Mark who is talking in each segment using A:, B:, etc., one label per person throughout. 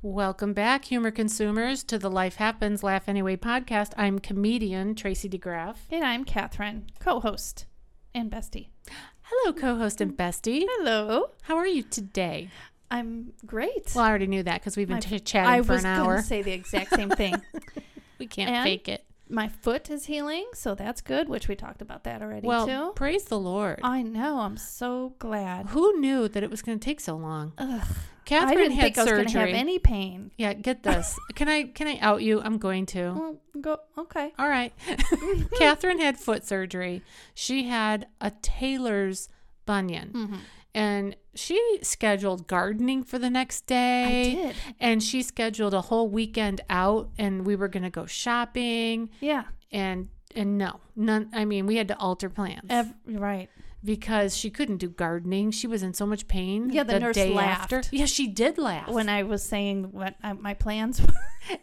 A: Welcome back, humor consumers, to the Life Happens Laugh Anyway podcast. I'm comedian Tracy DeGraff.
B: And I'm Catherine, co host and bestie.
A: Hello, co host and bestie.
B: Hello.
A: How are you today?
B: I'm great.
A: Well, I already knew that because we've been
B: My-
A: ch- chatting
B: I
A: for
B: was
A: an
B: going
A: hour.
B: to say the exact same thing.
A: we can't
B: and-
A: fake it.
B: My foot is healing, so that's good, which we talked about that already,
A: Well,
B: too.
A: praise the Lord.
B: I know. I'm so glad.
A: Who knew that it was going to take so long?
B: Ugh,
A: Catherine
B: I didn't
A: had
B: think I was going to
A: surgery.
B: have any pain.
A: yeah, get this. can I can I out you? I'm going to.
B: Well, go. Okay.
A: All right. Catherine had foot surgery. She had a tailor's
B: Hmm.
A: bunion. And she scheduled gardening for the next day.
B: did.
A: And she scheduled a whole weekend out and we were going to go shopping
B: Yeah.
A: and and no. None I mean, we had to alter plans
B: Ev- right.
A: because she couldn't do gardening. She was in so much pain.
B: Yeah, the nurse
A: day
B: laughed.
A: after. Yeah, she did laugh.
B: When I was saying what I, my plans were.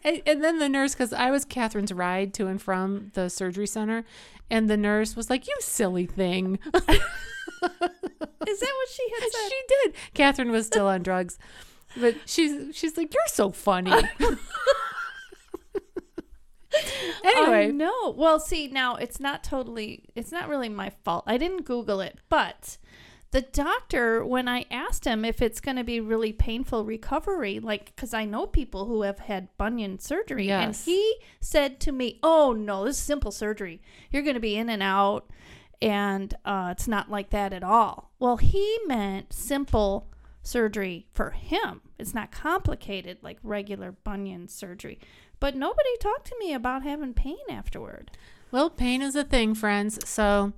A: And, and then the nurse, because I was Catherine's ride to and from the surgery center, and the nurse was like, "You silly thing."
B: Is that what she had said?
A: she did. Catherine was still on drugs, but she's she's like, "You're so funny."
B: I
A: anyway,
B: know. Well, see, now it's not totally, it's not really my fault. I didn't Google it, but the doctor, when I asked him if it's going to be really painful recovery, like, because I know people who have had bunion surgery, and
A: Yes.
B: he said to me, Oh, no, this is simple surgery. You're going to be in and out, and uh, it's not like that at all. Well, he meant simple surgery for him. It's not complicated like regular bunion surgery. But nobody talked to me about having pain afterward.
A: well, pain is a thing, friends. So.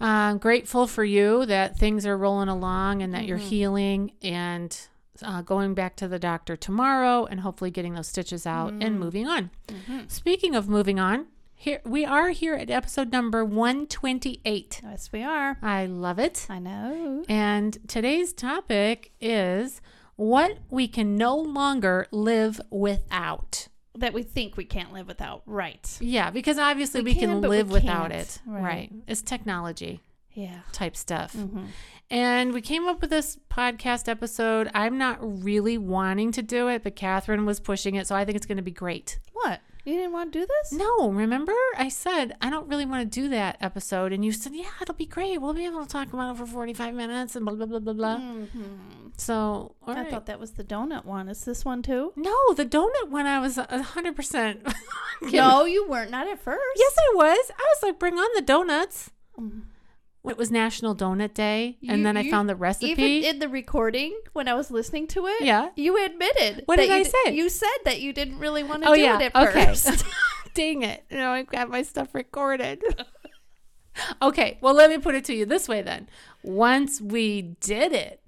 A: I'm grateful for you that things are rolling along and that you're healing and uh, going back to the doctor tomorrow and hopefully getting those stitches out and moving on. Speaking of moving on, here we are here at episode number 128.
B: Yes, we are.
A: I love it.
B: I know.
A: And today's topic is what we can no longer live without.
B: That we think we can't live without. Right.
A: Yeah, because obviously we,
B: We
A: can,
B: can, but we
A: live without
B: can't.
A: it. Right.
B: Right.
A: It's technology
B: Yeah.
A: type stuff.
B: Mm-hmm.
A: And we came up with this podcast episode. I'm not really wanting to do it, but Catherine was pushing it. So I think it's going to be great.
B: What? You didn't want to do this?
A: No, remember? I said, I don't really want to do that episode. And you said, yeah, it'll be great. We'll be able to talk about it for 45 minutes and blah, blah, blah, blah, blah.
B: Mm-hmm.
A: So, all
B: I
A: right.
B: thought that was the donut one. Is this one too?
A: no, the donut one, I was 100%. yes,
B: No, you weren't. Not at first.
A: I was. I was like, bring on the donuts. It was National Donut Day. And
B: Mm. You-
A: then I
B: you-
A: found the recipe.
B: Even in the recording, when I was listening to it,
A: Yeah.
B: you admitted.
A: What
B: that
A: did
B: you
A: I
B: d-
A: say?
B: You said that you didn't really want to
A: oh
B: do
A: yeah.
B: it at
A: okay.
B: first.
A: Dang it! You know I've got my stuff recorded. okay, well let me put it to you this way then. Once we did it,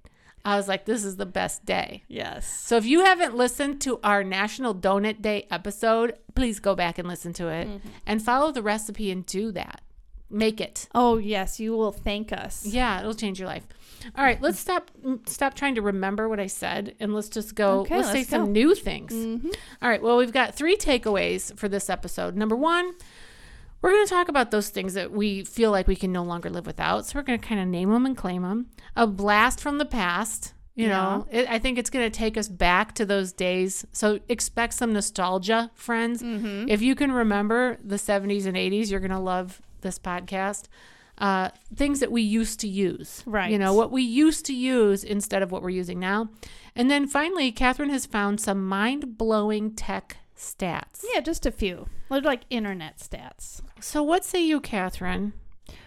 A: I was like, "This is the best day."
B: yes.
A: So if you haven't listened to our National Donut Day episode, please go back and listen to it
B: Mm-hmm.
A: and follow the recipe and do that. Make it.
B: Oh, yes. You will thank us.
A: Yeah, it'll change your life. All right, let's stop stop trying to remember what I said and let's just go
B: Okay,
A: let's, say
B: let's
A: some
B: go. Mm-hmm.
A: new things. All right, well, we've got three takeaways for this episode. Number 1, we're going to talk about those things that we feel like we can no longer live without. So we're going to kind of name them and claim them. A blast from the past, you know. It, I think it's going to take us back to those days. So expect some nostalgia, friends.
B: Mm-hmm.
A: If you can remember the 70s and 80s, you're going to love this podcast. Uh, things that we used to use,
B: Right.
A: You know what we used to use instead of what we're using now. And then finally, Catherine has found some mind-blowing tech stats.
B: Yeah, just a few. They're like internet stats.
A: So what say you, Catherine?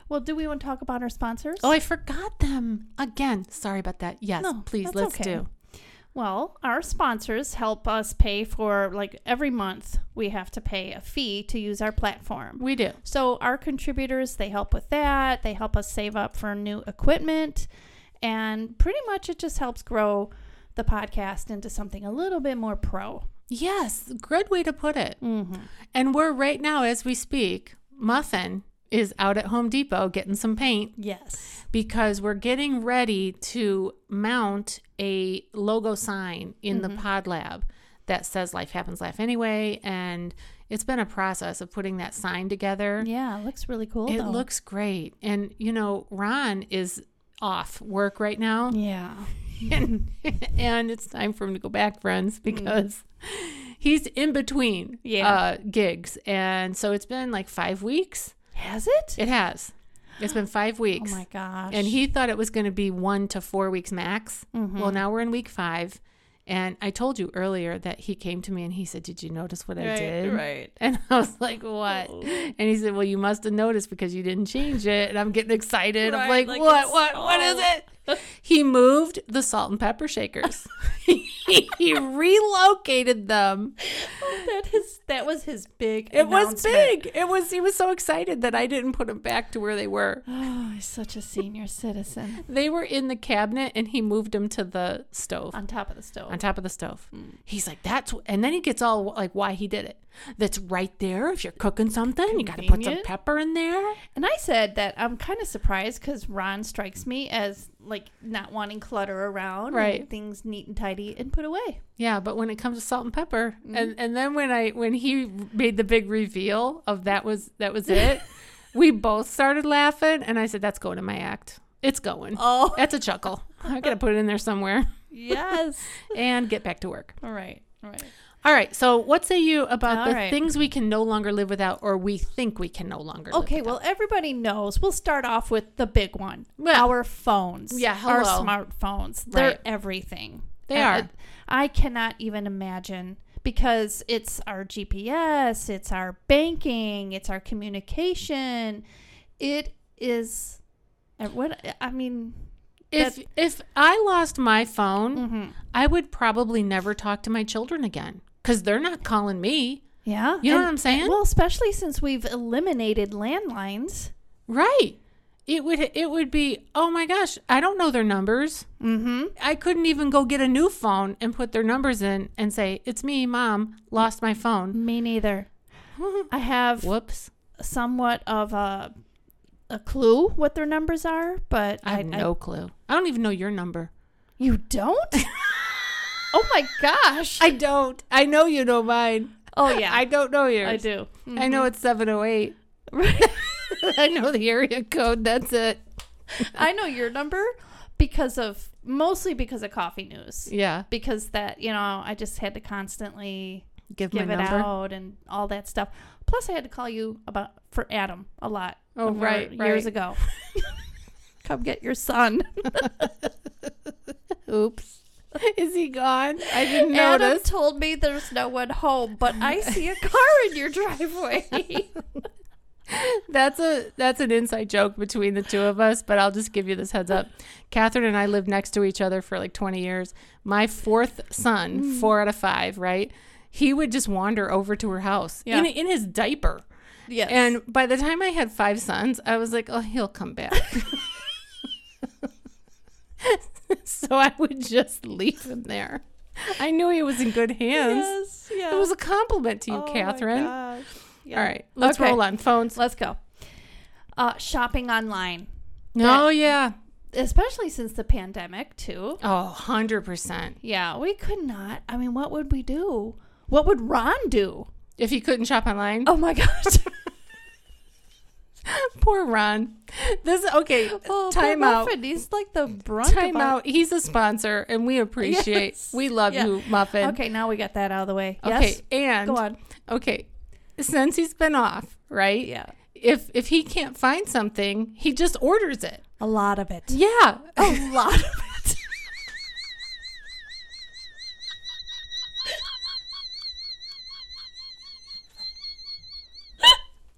B: Well, do we want to talk about our sponsors?
A: Oh, I forgot them again. Sorry about that. Yes,
B: No,
A: please
B: that's
A: let's
B: okay.
A: do.
B: Well, our sponsors help us pay for, like, every month we have to pay a fee to use our platform.
A: We do.
B: So, our contributors, they help with that. They help us save up for new equipment. And pretty much it just helps grow the podcast into something a little bit more pro.
A: Yes, good way to put it. And we're right now as we speak, Muffin is out at Home Depot getting some paint
B: Yes.
A: because we're getting ready to mount a logo sign in the pod lab that says life happens laugh anyway and it's been a process of putting that sign together.
B: Yeah, it looks really cool.
A: It
B: though.
A: looks great. And you know, Ron is off work right now.
B: Yeah.
A: and, and it's time for him to go back, friends, because he's in between
B: Mm-hmm. Yeah.
A: uh, gigs. And so it's been like five weeks.
B: Has it?
A: It has. It's been five
B: Oh
A: weeks.
B: my gosh. Mm-hmm.
A: and he thought it was going to be one to four weeks max. Well, now we're in week five. And I told you earlier that he came to me and he said, Did you notice what I did?
B: Right. Oh.
A: And I was like, What? And he said, Well, you must have noticed because you didn't change it. And I'm getting excited. I'm
B: Right,
A: like,
B: like
A: What?
B: it's-
A: What? What is
B: oh."
A: it? He moved the salt and pepper shakers, he relocated them.
B: That is that was his big.
A: It was
B: Oh, announcement.
A: big. It was, he was so excited that I didn't put them back to where they were.
B: Oh, he's such a senior citizen.
A: They were in the cabinet and he moved them to the stove.
B: On top of the stove.
A: on top of the stove.
B: Mm.
A: He's like, that's, wh-" and then he gets all like, why he did it. That's right there. If you're cooking something, you got to put some
B: Convenient.
A: pepper in there.
B: And I said that I'm kind of surprised because Ron strikes me as like not wanting clutter around, and
A: Right.
B: things neat and tidy and put away.
A: Yeah, but when it comes to salt and pepper,
B: Mm-hmm.
A: and and then when I when he made the big reveal of that was that was it, we both started laughing, and I said, that's going in my act. It's going.
B: Oh,
A: That's a chuckle. I gotta put it in there somewhere
B: yes.
A: and get back to work.
B: all right, all right.
A: All right. So, what say you about
B: All
A: the
B: right.
A: things we can no longer live without, or we think we can no longer? live
B: Okay, well, everybody knows. We'll start off with the big one:
A: Well-
B: our phones.
A: Yeah,
B: our
A: hello.
B: smartphones.
A: Right.
B: They're everything.
A: They
B: I-
A: are.
B: I cannot even imagine because it's our GPS, it's our banking, it's our communication. It is. uh, What I mean.
A: if
B: That- Mm-hmm.
A: if I lost my phone, I would probably never talk to my children again because they're not calling me.
B: Yeah.
A: You know
B: and-
A: what I'm saying?
B: Well, especially since we've eliminated landlines.
A: right. It would it would be oh my gosh I don't know their numbers.
B: Mm-hmm.
A: I couldn't even go get a new phone and put their numbers in and say it's me, mom, lost my phone.
B: Me neither. I have
A: Whoops.
B: somewhat of a a clue what their numbers are, but
A: I have no clue. I don't even know your number.
B: you don't. oh my gosh!
A: I don't. I know you know mine.
B: oh yeah,
A: I don't know yours.
B: I do. Mm-hmm.
A: I know it's 708. I know the area code. That's it.
B: I know your number because of mostly because of coffee news.
A: Yeah.
B: Because that you know, I just had to constantly
A: Give,
B: give
A: my
B: it
A: number.
B: out and all that stuff. Plus, I had to call you about for Adam a lot.
A: Oh,
B: when we were-
A: right,
B: years
A: right.
B: ago. Come get your son.
A: Oops. Is he gone? I didn't
B: Adam
A: notice.
B: told me there's no one home, but I see a car in your driveway.
A: That's a that's an inside joke between the two of us, but I'll just give you this heads up. Catherine and I lived next to each other for like twenty years. My fourth son,
B: Mm.
A: four out of five, right? He would just wander over to her house
B: Yeah.
A: in, in his diaper.
B: yes.
A: And by the time I had five sons, I was like, oh, he'll come back. so I would just leave him there. I knew he was in good hands.
B: yes, yeah.
A: It was a compliment to you,
B: Oh my
A: Catherine.
B: gosh. Yeah.
A: All right, let's
B: Okay.
A: roll on phones.
B: Let's go. Uh, shopping online,
A: Oh, yeah.
B: especially since the pandemic too.
A: Oh, 100%.
B: Yeah, we could not. I mean, what would we do? What would Ron do?
A: If he couldn't shop online,
B: Oh my gosh.
A: poor Ron. This, okay,
B: Oh,
A: time
B: poor
A: out.
B: Muffin. He's like the brunt.
A: Time
B: of our-
A: out. He's a sponsor, and we appreciate,
B: Yes.
A: we love
B: Yeah.
A: you, Muffin.
B: Okay, now we got that out of the way.
A: Okay,
B: Yes.
A: and
B: Go on.
A: okay, since he's been off, right?
B: Yeah.
A: If if he can't find something, he just orders it.
B: A lot of it.
A: Yeah.
B: A lot of it.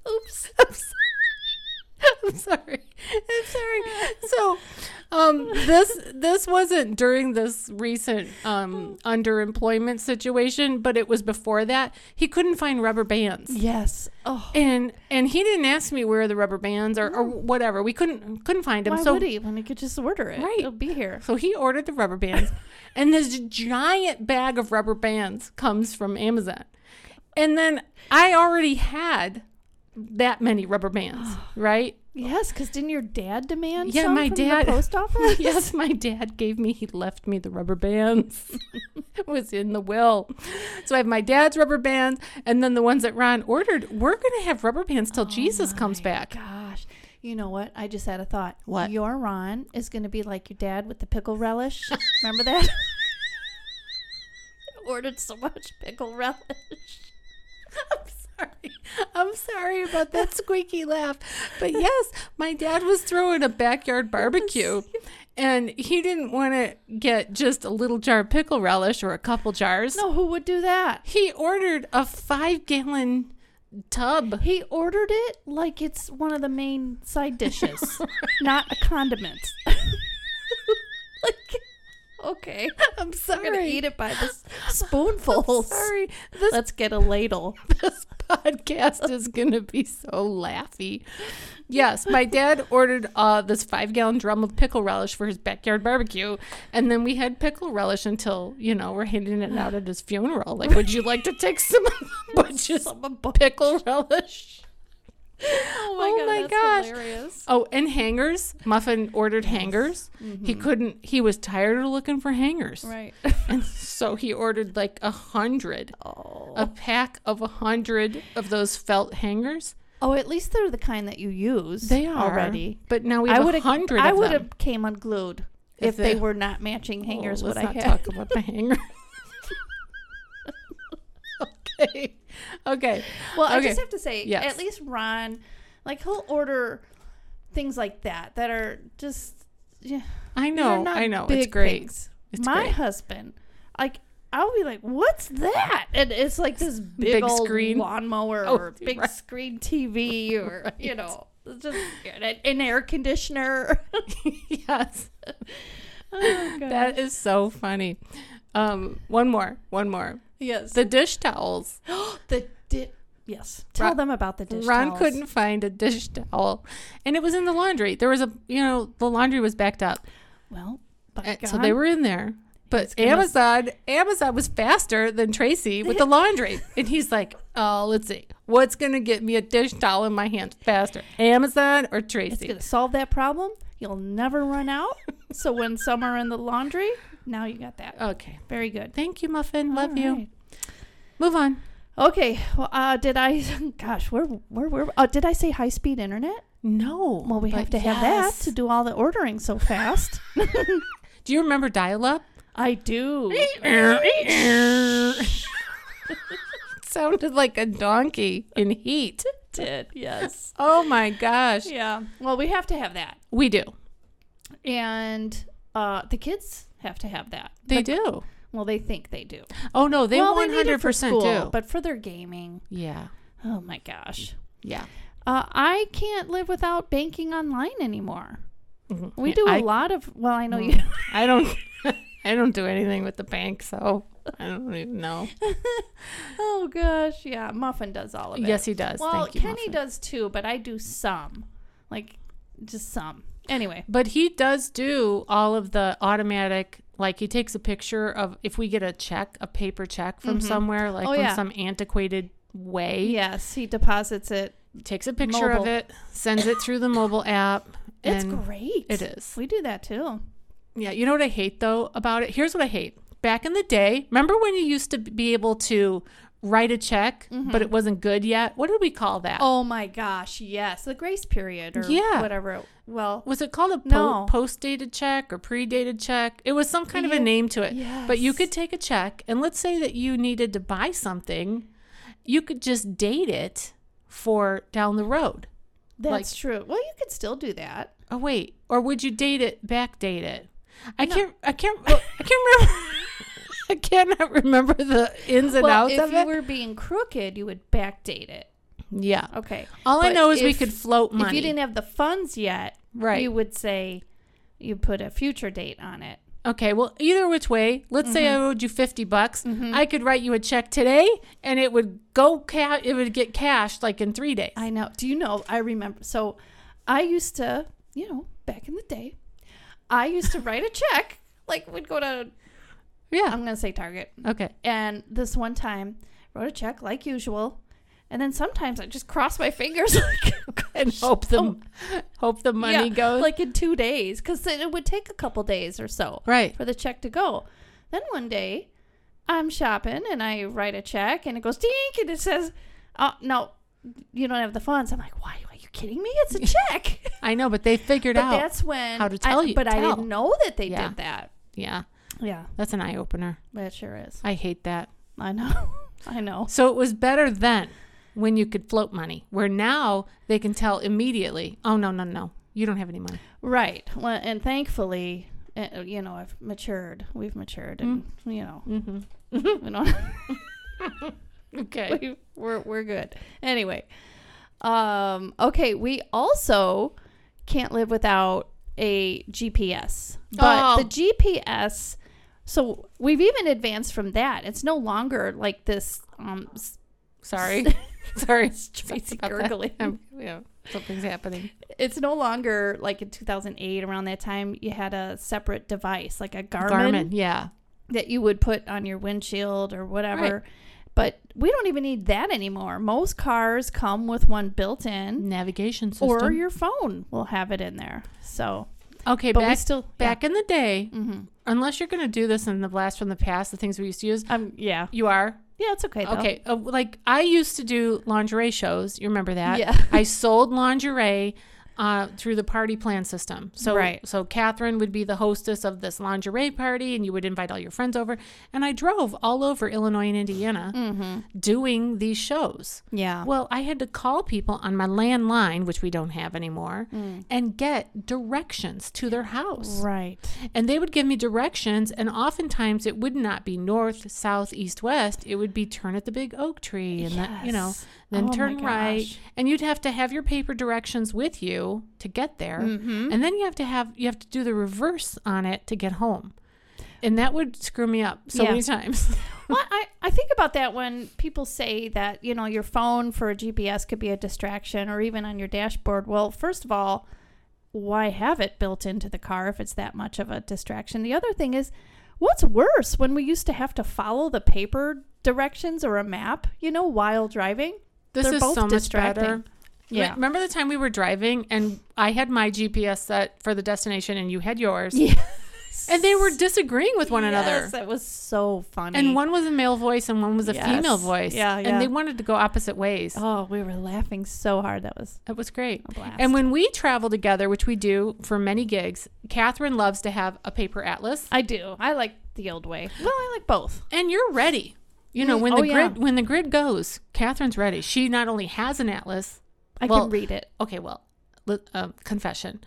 B: Oops.
A: I'm sorry. I'm sorry. I'm sorry. So, um, this this wasn't during this recent um, underemployment situation, but it was before that. He couldn't find rubber bands,
B: Yes. Oh.
A: and and he didn't ask me where the rubber bands or, or whatever. We couldn't couldn't find him.
B: Why
A: so
B: would he when he could just order it?
A: Right.
B: It'll be here.
A: So he ordered the rubber bands, and this giant bag of rubber bands comes from Amazon. And then I already had that many rubber bands, right?
B: Yes, because didn't your dad demand?
A: Yeah,
B: some
A: my
B: from
A: dad-
B: The post office.
A: Yes, my dad gave me, he left me the rubber bands. it was in the will. So I have my dad's rubber bands, and then the ones that Ron ordered. We're going to have rubber bands till Jesus comes back.
B: Oh Gosh, You know what? I just had a thought.
A: What?
B: Your Ron is going to be like your dad with the pickle relish. Remember that? I Ordered so much pickle relish.
A: I'm sorry. I'm sorry about that squeaky laugh. But yes, my dad was throwing a backyard barbecue and he didn't want to get just a little jar of pickle relish or a couple jars.
B: No, who would do that?
A: He ordered a five gallon tub.
B: He ordered it like it's one of the main side dishes, not a condiment. like, okay,
A: I'm
B: I'm gonna
A: sorry.
B: eat it by the s- spoonfuls.
A: Sorry. This,
B: Let's get a ladle.
A: this podcast is going to be so laughy. Yes, my dad ordered uh, this five gallon drum of pickle relish for his backyard barbecue. And then we had pickle relish until, you know, we're handing it out at his funeral. Like, would you like to take some of the bunches of pickle relish?
B: Oh
A: my God, that's
B: hilarious.
A: Oh, and hangers. Muffin ordered hangers. He couldn't, he was tired of looking for hangers.
B: Right.
A: And so he ordered like a hundred,
B: Oh.
A: a pack of a hundred of those felt hangers.
B: Oh, at least they're the kind that you use.
A: They are
B: already.
A: but now we
B: I
A: have
B: would
A: a
B: have.
A: hundred.
B: I
A: of
B: would
A: them.
B: have came unglued
A: If
B: if, they,
A: they-
B: were not matching hangers.
A: Oh,
B: what
A: let's
B: I
A: not
B: had.
A: talk about the hanger. okay, okay.
B: Well, I
A: Okay.
B: just have to say,
A: Yes.
B: at least Ron, like he'll order things like that that are just yeah.
A: I
B: they're
A: know,
B: not
A: I know. It's
B: big
A: great.
B: things.
A: It's
B: My
A: great.
B: husband, like I'll be like, "What's that?" And it's like this big,
A: Big
B: old
A: screen.
B: lawnmower
A: Oh,
B: or big
A: right.
B: screen TV or you know, it's just an- an air conditioner.
A: yes,
B: oh, God.
A: that is so funny. Um, one more, one more.
B: yes,
A: The dish towels.
B: the di- yes. Tell
A: Ron-
B: them about the dish
A: Ron
B: towels.
A: couldn't find a dish towel, and it was in the laundry. There was a, you know, the laundry was backed up,
B: Well, by
A: and Eh, so
B: Oh God.
A: they were in there. But
B: He's gonna-
A: Amazon, Amazon was faster than Tracy with the laundry, and he's like, "Oh, let's see, what's gonna get me a dish towel in my hands faster, Amazon or
B: It's
A: Tracy?"
B: going to solve that problem. You'll never run out. so when some are in the laundry, now you got that.
A: okay,
B: Very good.
A: thank you, Muffin. Love
B: All
A: you.
B: right.
A: Move on.
B: Okay. Well, uh, did I? Gosh, where where where? Oh, did I say high speed internet?
A: No.
B: Well, we
A: but
B: have to have that
A: yes.
B: to do all the ordering so fast.
A: Do you remember dial-up?
B: I do.
A: Sounded like a donkey in heat.
B: did yes.
A: Oh my gosh.
B: Yeah. Well, we have to have that,
A: We do.
B: and uh, the kids have to have that.
A: They do.
B: Well, they think they do.
A: Oh no, they
B: well,
A: one
B: need it
A: hundred
B: for
A: percent
B: school,
A: do.
B: but for their gaming.
A: yeah.
B: Oh my gosh.
A: Yeah.
B: Uh, I can't live without banking online anymore.
A: Mhm.
B: We do a
A: I-
B: lot of. Well, I know
A: Mm.
B: you.
A: I don't I don't do anything with the bank, so I don't even know.
B: Oh gosh, yeah. Muffin does all of it.
A: Yes, he does.
B: Well,
A: Thank you,
B: Kenny
A: Muffin.
B: does too, but I do some, like just some. Anyway,
A: But he does do all of the automatic. Like he takes a picture of if we get a check, a paper check from somewhere, like
B: Oh,
A: from
B: yeah.
A: some antiquated way.
B: yes, he deposits it.
A: Takes a picture
B: Mobile.
A: of it, sends it through the mobile app.
B: It's
A: and
B: great.
A: It is.
B: We do that too.
A: Yeah. You know what I hate though about it? Here's what I hate. Back in the day, remember when you used to be able to write a check,
B: Mm-hmm.
A: but it wasn't good yet? What did we call that?
B: Oh my gosh, yes, the grace period or
A: Yeah.
B: whatever. It, well,
A: was it called a po-
B: No.
A: post-dated check or pre-dated check? It was some kind of
B: Yeah.
A: a name to it. But you
B: Yes.
A: could take a check and let's say that you needed to buy something, you could just date it for down the road.
B: that's true. Well, you could still do that.
A: Oh wait, or would you date it backdate it? I can't I can't I can't remember I cannot remember the ins and
B: Well,
A: outs
B: if
A: of
B: you
A: it.
B: were being crooked, you would backdate it.
A: yeah.
B: Okay.
A: All I
B: But
A: know is we
B: if-
A: could float money.
B: If you didn't have the funds yet,
A: Right.
B: you would say you put a future date on it.
A: Okay, well, either which way, let's say
B: Mm-hmm.
A: I owed you 50 bucks. I could write you a check today and it would go ca- it would get cashed like in 3 days.
B: I know. Do you know? I remember. So I used to, you know, back in the day, I used to write a check. Like, we'd go to,
A: yeah.
B: I'm going to say Target.
A: Okay.
B: And this one time, wrote a check like usual. And then sometimes I just cross my fingers like,
A: And hope the hope the money
B: yeah,
A: goes.
B: like in two days because it would take a couple days or so
A: right.
B: for the check to go. Then one day, I'm shopping and I write a check and it goes dink and it says, "Oh no, you don't have the funds." I'm like, "Why? Why you you kidding me? It's a chick.
A: I know, but they figured
B: but
A: out.
B: that's when
A: how to
B: I-
A: tell you-
B: But I
A: tell.
B: didn't know that they
A: Yeah.
B: did that.
A: yeah,
B: Yeah,
A: that's an eye opener.
B: that sure is.
A: I hate that.
B: I know. I know.
A: So it was better then when you could float money, where now they can tell immediately, oh, no, no, no, you don't have any money.
B: Right. Well, and thankfully, uh, you know, I've matured. We've matured, and you know,
A: Mm-hmm.
B: we don't.
A: Okay.
B: we, we're we're good. Anyway, um, okay. We also can't live without a GPS, but
A: Oh.
B: the GPS. So we've even advanced from that. It's no longer like this. Um, s-
A: Sorry. Sorry.
B: Tracy
A: about that.
B: gurgling.
A: Um, yeah, something's happening.
B: It's no longer like in 2008 around that time. You had a separate device like a Garmin.
A: Garmin. Yeah.
B: that you would put on your windshield or whatever. But we don't even need that anymore. Most cars come with one built in,
A: Navigation system.
B: or your phone will have it in there. So,
A: okay,
B: but we
A: back,
B: still
A: back in the day,
B: Yeah. hmm
A: unless you're going to do this in the blast from the past, the things we used to use,
B: Um. Yeah.
A: you are.
B: Yeah. It's okay. Though.
A: Okay. Uh, like I used to do lingerie shows. You remember that?
B: Yeah.
A: I sold lingerie uh, through the party plan system. So
B: Right.
A: so Catherine would be the hostess of this lingerie party, and you would invite all your friends over. And I drove all over Illinois and Indiana
B: Mm-hmm.
A: doing these shows.
B: Yeah.
A: Well, I had to call people on my landline, which we don't have anymore,
B: Mm.
A: and get directions to their house.
B: Right.
A: And they would give me directions, and oftentimes it would not be north, south, east, west. It would be turn at the big oak tree, and that, you know,
B: Yes. Oh
A: then
B: my
A: turn right.
B: gosh.
A: And you'd have to have your paper directions with you to get there,
B: Mm-hmm.
A: and then you have to have you have to do the reverse on it to get home, and that would screw me up so
B: Yeah.
A: many times.
B: Well, I, I think about that when people say that, you know, your phone for a GPS could be a distraction or even on your dashboard. Well, first of all, why have it built into the car if it's that much of a distraction? The other thing is, what's worse when we used to have to follow the paper directions or a map, you know, while driving?
A: This
B: They're
A: is
B: both
A: so much
B: distracting.
A: better. Re-
B: Yeah.
A: Remember the time we were driving and I had my GPS set for the destination and you had yours? And they were disagreeing with one another.
B: Yes, that was so funny.
A: And one was a male voice and one was a
B: Mm-hmm. Yes.
A: female voice.
B: Yeah, yeah.
A: And they wanted to go opposite ways.
B: Oh, we were laughing so hard. That was
A: That was great.
B: a blast.
A: And when we travel together, which we do for many gigs, Catherine loves to have a paper atlas.
B: I do. I like the old way. Well, I like both.
A: And you're ready. You know,
B: Mm,
A: when
B: oh,
A: the
B: yeah.
A: grid when the grid goes, Catherine's ready. She not only has an atlas.
B: I
A: Well,
B: can read it.
A: Okay, well, li- uh, confession.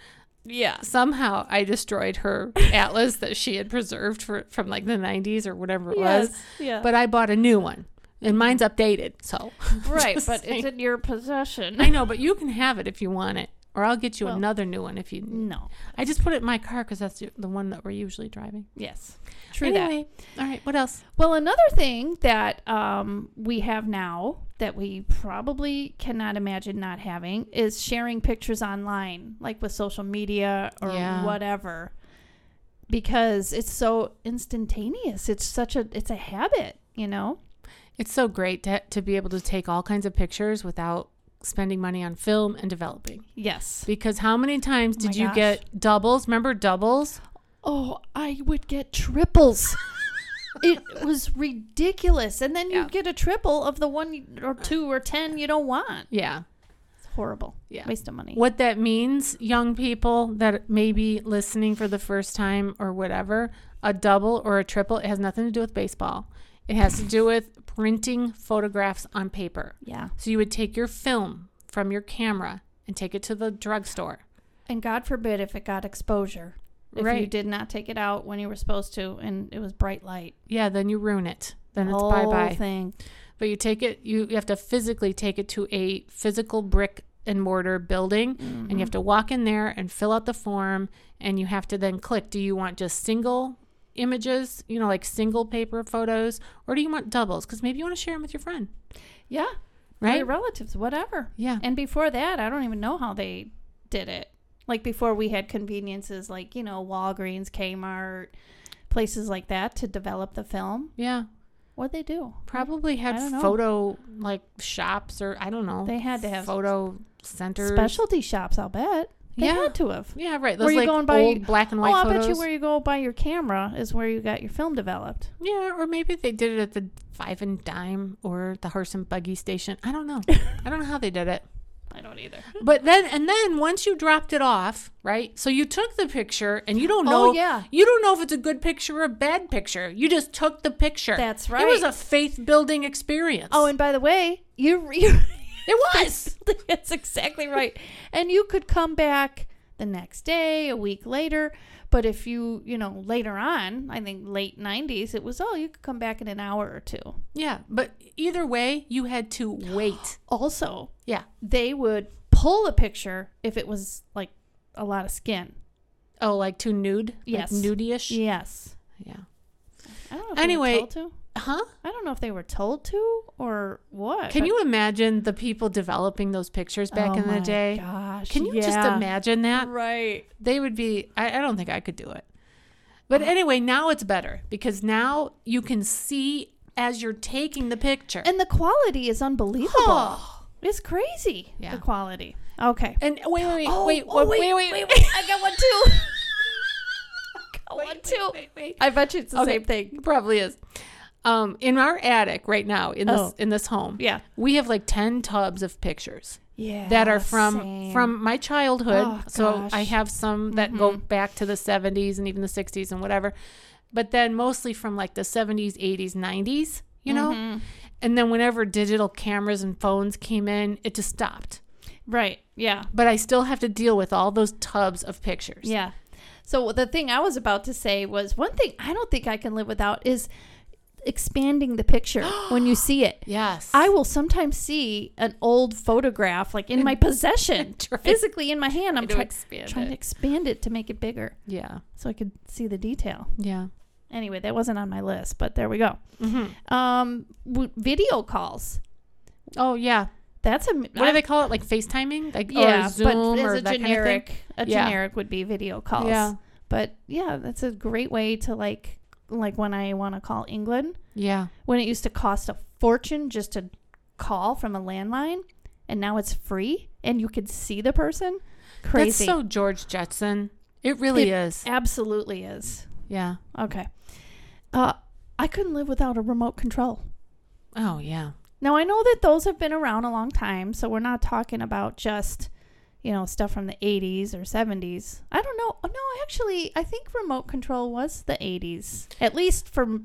B: Yeah.
A: somehow I destroyed her atlas that she had preserved for, from like the 90s or whatever it was.
B: Yeah.
A: But I bought a new one and mine's updated. So
B: Right,
A: Just
B: but
A: saying.
B: it's in your possession.
A: I know, but you can have it if you want it. Or I'll get you
B: Well-
A: another new one if you.
B: No.
A: I just put it in my car because that's the one that we're usually driving.
B: Yes. True
A: anyway, all right. What else?
B: that. Well, another thing that um, we have now that we probably cannot imagine not having is sharing pictures online, like with social media or
A: Yeah.
B: whatever, because it's so instantaneous. It's such a it's a habit, you know.
A: It's so great to, to be able to take all kinds of pictures without spending money on film and developing.
B: Yes.
A: Because how many times
B: my
A: did you
B: gosh.
A: get doubles? Remember doubles?
B: Oh, I would get triples. it was ridiculous. And then
A: Yeah.
B: you get a triple of the one you- or two or 10 you don't want.
A: Yeah.
B: It's horrible.
A: Yeah.
B: Waste of money.
A: What that means, young people that may be listening for the first time or whatever, a double or a triple, it has nothing to do with baseball. It has to do with printing photographs on paper.
B: Yeah.
A: So you would take your film from your camera and take it to the drugstore.
B: And God forbid if it got exposure. If you
A: Right.
B: did not take it out when you were supposed to and it was bright light.
A: Yeah, then you ruin it. Then it's
B: Whole
A: bye bye.
B: thing.
A: But you take it, you, you have to physically take it to a physical brick and mortar building, and
B: Mm-hmm.
A: you have to walk in there and fill out the form, and you have to then click do you want just single images, you know, like single paper photos, or do you want doubles? Because maybe you want to share them with your friend,
B: Yeah. Or
A: right?
B: Your relatives, whatever.
A: Yeah.
B: And before that, I don't even know how they did it. Like before we had conveniences like, you know, Walgreens, Kmart, places like that to develop the film.
A: Yeah.
B: What'd they do?
A: Probably
B: I
A: had
B: don't know.
A: photo like shops or I don't know.
B: They had to have
A: photo centers.
B: Specialty shops, I'll bet. They
A: Yeah.
B: had to have.
A: Yeah, right.
B: Were
A: Those
B: you
A: like
B: going by-
A: old black and
B: Oh,
A: white
B: I
A: photos.
B: bet you where you go buy your camera is where you got your film developed.
A: Yeah, or maybe they did it at the Five and Dime or the Horse and Buggy Station. I don't know. I don't know how they did it.
B: I don't either.
A: But then, and then once you dropped it off, right? So you took the picture, and you don't know.
B: Oh, yeah.
A: You don't know if it's a good picture or a bad picture. You just took the picture.
B: That's
A: It was
B: right.
A: a faith building experience.
B: Oh, and by the way, you you
A: it was.
B: That's exactly right. And you could come back the next day, a week later. But if you, you know, later on, I think late 90s, it was, oh, you could come back in an hour or two.
A: yeah, but either way, you had to wait.
B: Also,
A: Yeah.
B: they would pull a picture if it was like a lot of skin.
A: Oh, like too nude.
B: Yes.
A: Like nudie-ish.
B: Yes.
A: yeah.
B: I don't know if they were
A: Anyway-
B: told to.
A: Huh?
B: I don't know if they were told to or what.
A: Can
B: but-
A: you imagine the people developing those pictures back
B: Oh
A: in
B: my
A: the day?
B: Gosh.
A: Can you just
B: yeah.
A: imagine that?
B: Right.
A: They would be, I, I don't think I could do it.
B: Oh.
A: But anyway, now it's better because now you can see as you're taking the picture.
B: And the quality is unbelievable.
A: Oh.
B: It's crazy.
A: Yeah.
B: The quality. Okay.
A: And wait, wait, wait,
B: Oh,
A: wait,
B: oh,
A: wait, wait, wait,
B: I got one too. I got one too.
A: wait, wait.
B: I bet you it's the
A: Okay.
B: same thing.
A: It probably is. Um, in our attic right now, in this
B: Oh.
A: in this home,
B: Yeah.
A: we have like ten tubs of pictures.
B: Yeah.
A: that are from from my childhood.
B: Oh,
A: so I
B: gosh. Mm-hmm.
A: have some that go back to the 70s and even the 60s and whatever. But then mostly from like the 70s, 80s, 90s, you know?
B: Mm-hmm.
A: And then whenever digital cameras and phones came in, it just stopped.
B: Right. Yeah.
A: But I still have to deal with all those tubs of pictures.
B: Yeah. So the thing I was about to say was one thing I don't think I can live without is expanding the picture when you see it.
A: Yes.
B: I will sometimes see an old photograph like in my possession,
A: Try-
B: physically in my hand. I'm
A: to
B: try-
A: expand
B: trying to
A: it.
B: expand it to make it bigger
A: yeah.
B: so I could see the detail.
A: Yeah.
B: Anyway, that wasn't on my list, but there we go.
A: hmm
B: Um, w- video calls.
A: Oh, yeah.
B: That's a
A: What do they call it? Like FaceTiming? Like,
B: yeah,
A: or Zoom
B: but as
A: or
B: a
A: that
B: generic, a
A: Yeah.
B: generic would be video
A: kind
B: calls.
A: of thing? Yeah.
B: But yeah, that's a great way to like like when I want to call England,
A: Yeah.
B: when it used to cost a fortune just to call from a landline, and now it's free and you could see the person. Crazy.
A: That's so George Jetson. It really
B: It-
A: is.
B: absolutely is.
A: Yeah.
B: Okay. Uh I couldn't live without a remote control.
A: Oh, yeah.
B: Now I know that those have been around a long time, so we're not talking about just, you know, stuff from the 80s or 70s. I don't know. Oh, No, actually, I think remote control was the 80s, at least for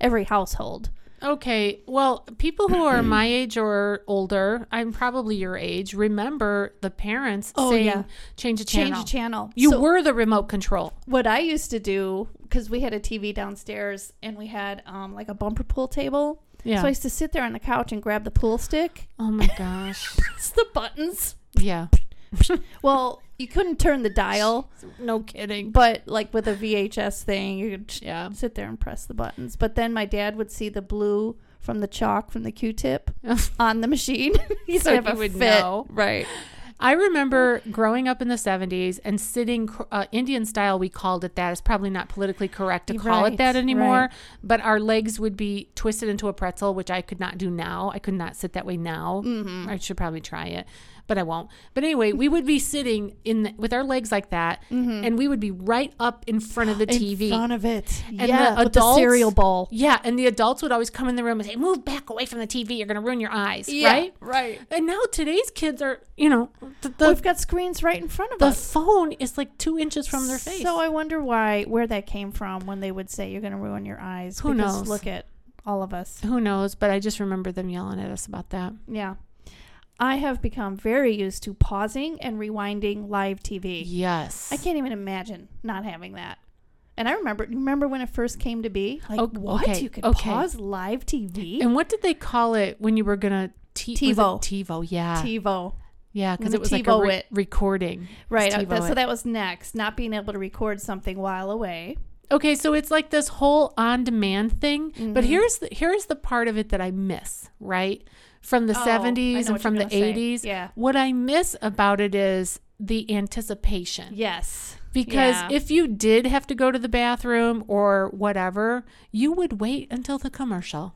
B: every household.
A: Okay. Well, people who are my age or older, I'm probably your age, remember the parents
B: Oh,
A: saying,
B: yeah.
A: change the
B: Change
A: channel.
B: the channel.
A: You
B: So
A: were the remote control.
B: what I used to do because we had a TV downstairs and we had um, like a bumper pool table.
A: Yeah.
B: So I used to sit there on the couch and grab the pool stick,
A: oh, my gosh.
B: press the buttons.
A: yeah.
B: Well, you couldn't turn the dial,
A: No kidding.
B: but like with a VHS thing, you could
A: Yeah.
B: sit there and press the buttons. But then my dad would see the blue from the chalk from the Q-tip on the machine. He'd
A: So
B: have
A: he
B: a
A: would
B: fit.
A: know.
B: right?
A: I remember growing up in the 70s and sitting cr- uh, Indian style, we called it that. It's probably not politically correct to call
B: Right,
A: it that anymore,
B: right.
A: but our legs would be twisted into a pretzel, which I could not do now. I could not sit that way now.
B: Mm-hmm.
A: I should probably try it, but I won't. But anyway, we would be sitting in the, with our legs like that,
B: Mm-hmm.
A: and we would be right up in front of the TV.
B: of it.
A: And
B: yeah,
A: the
B: with the
A: adults-
B: cereal bowl.
A: yeah, and the adults would always come in the room and say, "Move back away from the TV. You're going to ruin your eyes." Right?
B: right.
A: And now today's kids are, you know, the, the
B: We've got screens right in front of
A: the
B: us.
A: phone is like two inches from their face.
B: So I wonder why where that came from when they would say you're going to ruin your eyes.
A: Who
B: because
A: knows?
B: Look at all of us.
A: Who knows? But I just remember them yelling at us about that.
B: Yeah. I have become very used to pausing and rewinding live TV.
A: Yes.
B: I can't even imagine not having that. And I remember, remember when it first came to be? Like,
A: Ok-
B: what?
A: okay,
B: You could
A: okay.
B: pause live TV?
A: And what did they call it when you were gonna t- was it
B: TiVo.
A: TiVo, yeah,
B: TiVo.
A: yeah, because
B: gonna
A: it was like a
B: TiVo
A: re-
B: it.
A: recording.
B: Right.
A: Just
B: uh,
A: TiVo
B: that- so
A: it.
B: that was next. Not being able to record something while away.
A: Okay, so it's like this whole on-demand thing.
B: Mm-hmm.
A: But here's the, here's the part of it that I miss, right? From the
B: Oh, I know
A: 70s
B: what you're
A: and from the
B: gonna say.
A: 80s.
B: Yeah.
A: What I miss about it is the anticipation.
B: Yes.
A: Because
B: Yeah.
A: if you did have to go to the bathroom or whatever, you would wait until the commercial.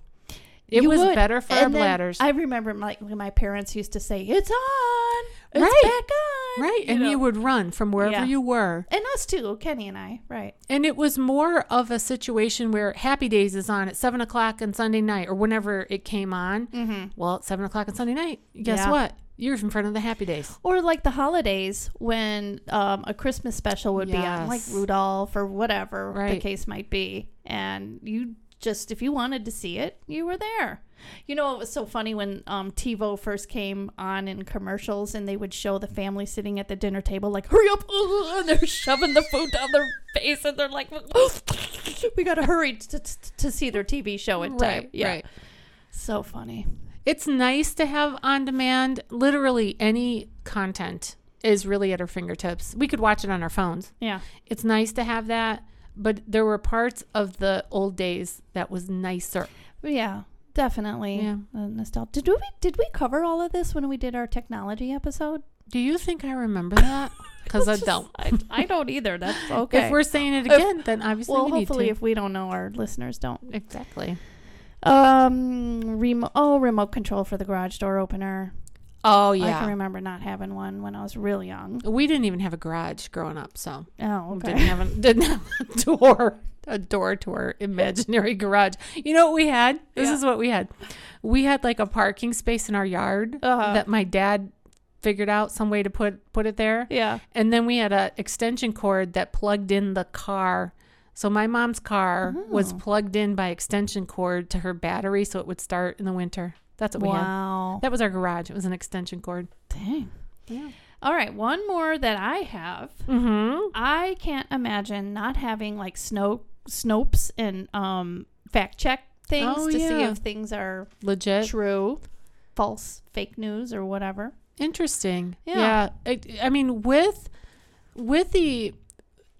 A: It
B: You
A: was
B: would.
A: better for our
B: And then
A: bladders.
B: I remember my, when my parents used to say, it's on. It's
A: Right.
B: back on.
A: right. and
B: know.
A: you would run from wherever
B: Yeah.
A: you were.
B: And us too, Kenny and I. Right.
A: And it was more of a situation where Happy Days is on at seven o'clock on Sunday night or whenever it came on. Mm-hmm. Well, at seven o'clock on Sunday night, guess
B: Yeah.
A: what? You're in front of the happy days.
B: Or like the holidays when um, a Christmas special would be on, like
A: Yes.
B: Rudolph or whatever the
A: Right.
B: case might be. And you just, if you wanted to see it, you were there. You know, it was so funny when um, TiVo first came on in commercials and they would show the family sitting at the dinner table, like, hurry up. And they're shoving the food down their face and they're like, we got to hurry to, to, to see their TV show in time. yeah.
A: right.
B: So funny.
A: It's nice to have on demand. Literally any content is really at our fingertips. We could watch it on our phones.
B: Yeah.
A: It's nice to have that, but there were parts of the old days that was nicer.
B: Yeah, definitely.
A: Yeah.
B: Uh, nostalgia. Did we did we cover all of this when we did our technology episode?
A: Do you think I remember that? Because I
B: Just-
A: don't.
B: I, I don't either. That's okay.
A: If we're saying it again, then obviously
B: well,
A: we need
B: hopefully,
A: to.
B: if we don't know, our listeners don't.
A: exactly.
B: Um, remote. Oh, remote control for the garage door opener.
A: Oh
B: I can
A: yeah.
B: remember not having one when I was real young.
A: We didn't even have a garage growing up, so
B: Oh, okay.
A: didn't have a didn't have a door a door to our imaginary garage. You know what we had? This
B: Yeah.
A: is what we had. We had like a parking space in our yard
B: Uh-huh.
A: that my dad figured out some way to put put it there.
B: Yeah.
A: And then we had a extension cord that plugged in the car. So my mom's car was plugged in by extension cord to her battery so it would start in the winter. That's what we had.
B: Wow.
A: That was our garage. It was an extension cord.
B: Dang.
A: Yeah.
B: All right. One more that I have.
A: Mm-hmm.
B: I can't imagine not having like snow Snopes and um fact check things
A: Oh,
B: to see
A: yeah.
B: if things are
A: Legit.
B: true, false, fake news or whatever.
A: Interesting.
B: Yeah.
A: Yeah. I, I mean, with with the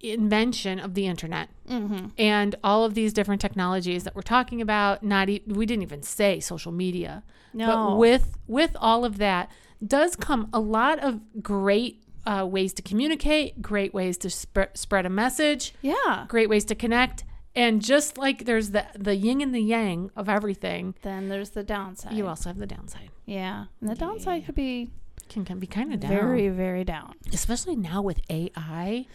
A: invention of the internet
B: Mm-hmm.
A: and all of these different technologies that we're talking about, not e- we didn't even say social media,
B: No.
A: but with with all of that does come a lot of great uh, ways to communicate, great ways to sp- spread a message,
B: yeah.
A: great ways to connect, and just like there's the the yin and the yang of everything,
B: Then there's the downside.
A: you also have the downside.
B: yeah. And the downside
A: Yeah.
B: could be
A: Can, can be kind of down.
B: very, very down.
A: especially now with AI.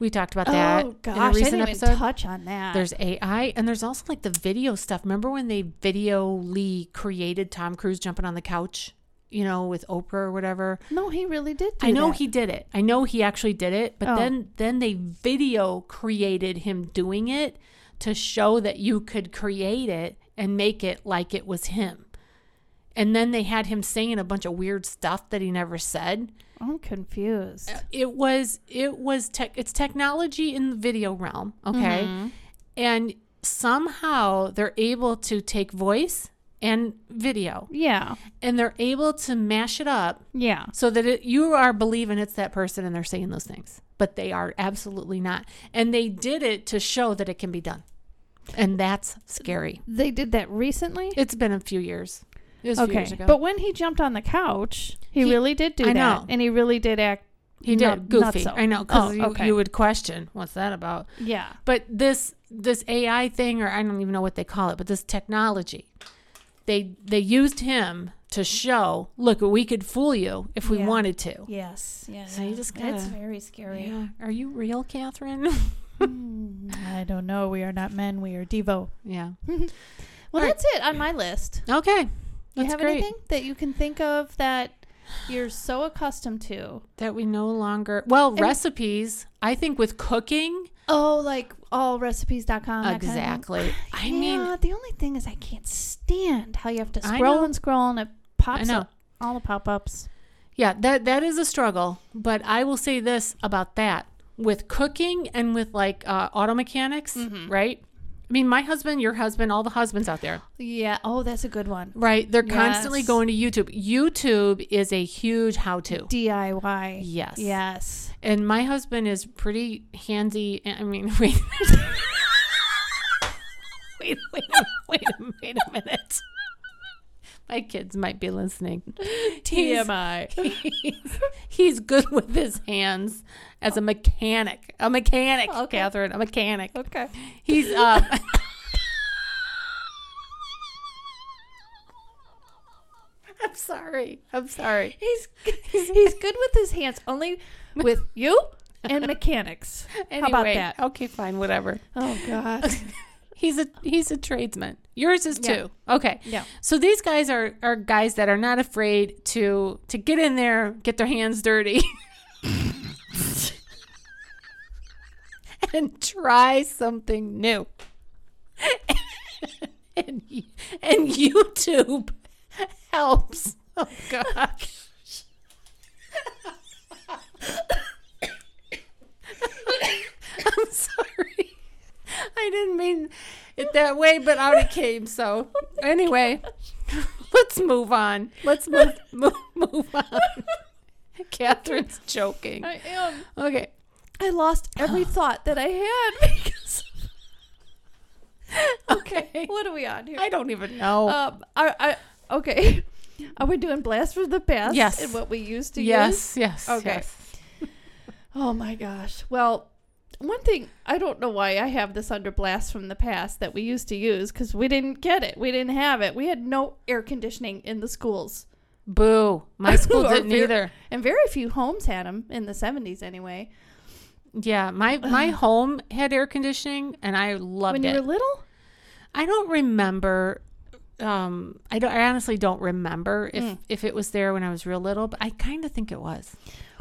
A: We talked about that
B: oh
A: in a
B: gosh, I
A: recent
B: didn't
A: episode.
B: even touch on that.
A: there's AI and there's also like the video stuff. Remember when they videoly created Tom Cruise jumping on the couch, you know, with Oprah or whatever?
B: no, he really did. Do
A: I know
B: that.
A: he did it. I know he actually did it, but
B: Oh.
A: then then they video created him doing it to show that you could create it and make it like it was him. And then they had him saying a bunch of weird stuff that he never said
B: I'm confused.
A: it was it was tech it's technology in the video realm okay
B: Mm-hmm.
A: and somehow they're able to take voice and video
B: Yeah.
A: and they're able to mash it up
B: Yeah.
A: so that it, you are believing it's that person and they're saying those things but they are absolutely not and they did it to show that it can be done and that's scary
B: They did that recently.
A: it's been a few years it was a few years ago
B: But when he jumped on the couch, he,
A: He-
B: really did do
A: I
B: that.
A: know.
B: And he really did act
A: he
B: nu-
A: did goofy
B: nutso.
A: i know because
B: Oh,
A: you,
B: okay.
A: you would question what's that about
B: Yeah.
A: But this this AI thing, or I don't even know what they call it, but this technology, they they used him to show, look, we could fool you if we
B: Yeah.
A: wanted to.
B: Yes. Yes.
A: So you just
B: That's
A: gotta-
B: very scary. Hmm.
A: Yeah. Are you real, Catherine?
B: I don't know. We are not men. We are Devo.
A: yeah.
B: Well,
A: All right.
B: that's it on my list.
A: Okay.
B: You
A: That's
B: have
A: great.
B: anything that you can think of that you're so accustomed to?
A: That we no longer well
B: And-
A: recipes. I think with cooking
B: Oh, like allrecipes.com. that kind of thing?
A: exactly. I
B: Yeah,
A: mean,
B: the only thing is I can't stand how you have to
A: I
B: scroll
A: know.
B: and scroll and it
A: I
B: pops
A: know.
B: up. All the pop ups.
A: Yeah, that that is a struggle. But I will say this about that with cooking and with like uh, auto mechanics,
B: Mm-hmm.
A: right? I mean, my husband, your husband, all the husbands out there,
B: Yeah. Oh, that's a good one.
A: right? They're constantly
B: Yes.
A: going to YouTube. YouTube is a huge how-to.
B: DIY.
A: Yes.
B: Yes.
A: And my husband is pretty handy. I mean, wait. wait, wait, a- wait, a- wait a minute. My kids might be listening. He's- he's, he's good with his hands as a mechanic. A mechanic,
B: Okay.
A: Catherine. A mechanic.
B: Okay.
A: He's uh, I'm sorry. I'm sorry.
B: He's he's good with his hands, only with you and mechanics.
A: Anyway,
B: How about that?
A: Okay, fine, whatever.
B: Oh God.
A: He's a he's a tradesman. Yours is
B: Yeah.
A: too. Okay.
B: Yeah.
A: So these guys are are guys that are not afraid to to get in there, get their hands dirty. and try something new. and, and YouTube helps. Oh gosh. I'm sorry. I didn't mean it that way, but out it came. So anyway, let's move on. Let's move move, move on. Catherine's joking.
B: I am.
A: Okay.
B: I lost every thought that I had because
A: Okay.
B: what are we on here?
A: I don't even know.
B: um, I, I okay. Are we doing blast from the past?
A: Yes.
B: And what we used to use?
A: yes, yes.
B: Okay.
A: yes.
B: Oh my gosh. Well, one thing I don't know why I have this under blast from the past that we used to use because we didn't get it. We didn't have it. We had no air conditioning in the schools,
A: Boo. My school
B: Or
A: didn't
B: very-
A: either.
B: and very few homes had them in the '70s anyway.
A: Yeah, my my home had air conditioning and I loved
B: when
A: it.
B: you were little,
A: I don't remember. Um, I don't. I honestly don't remember if if it was there when I was real little, but I kind of think it was.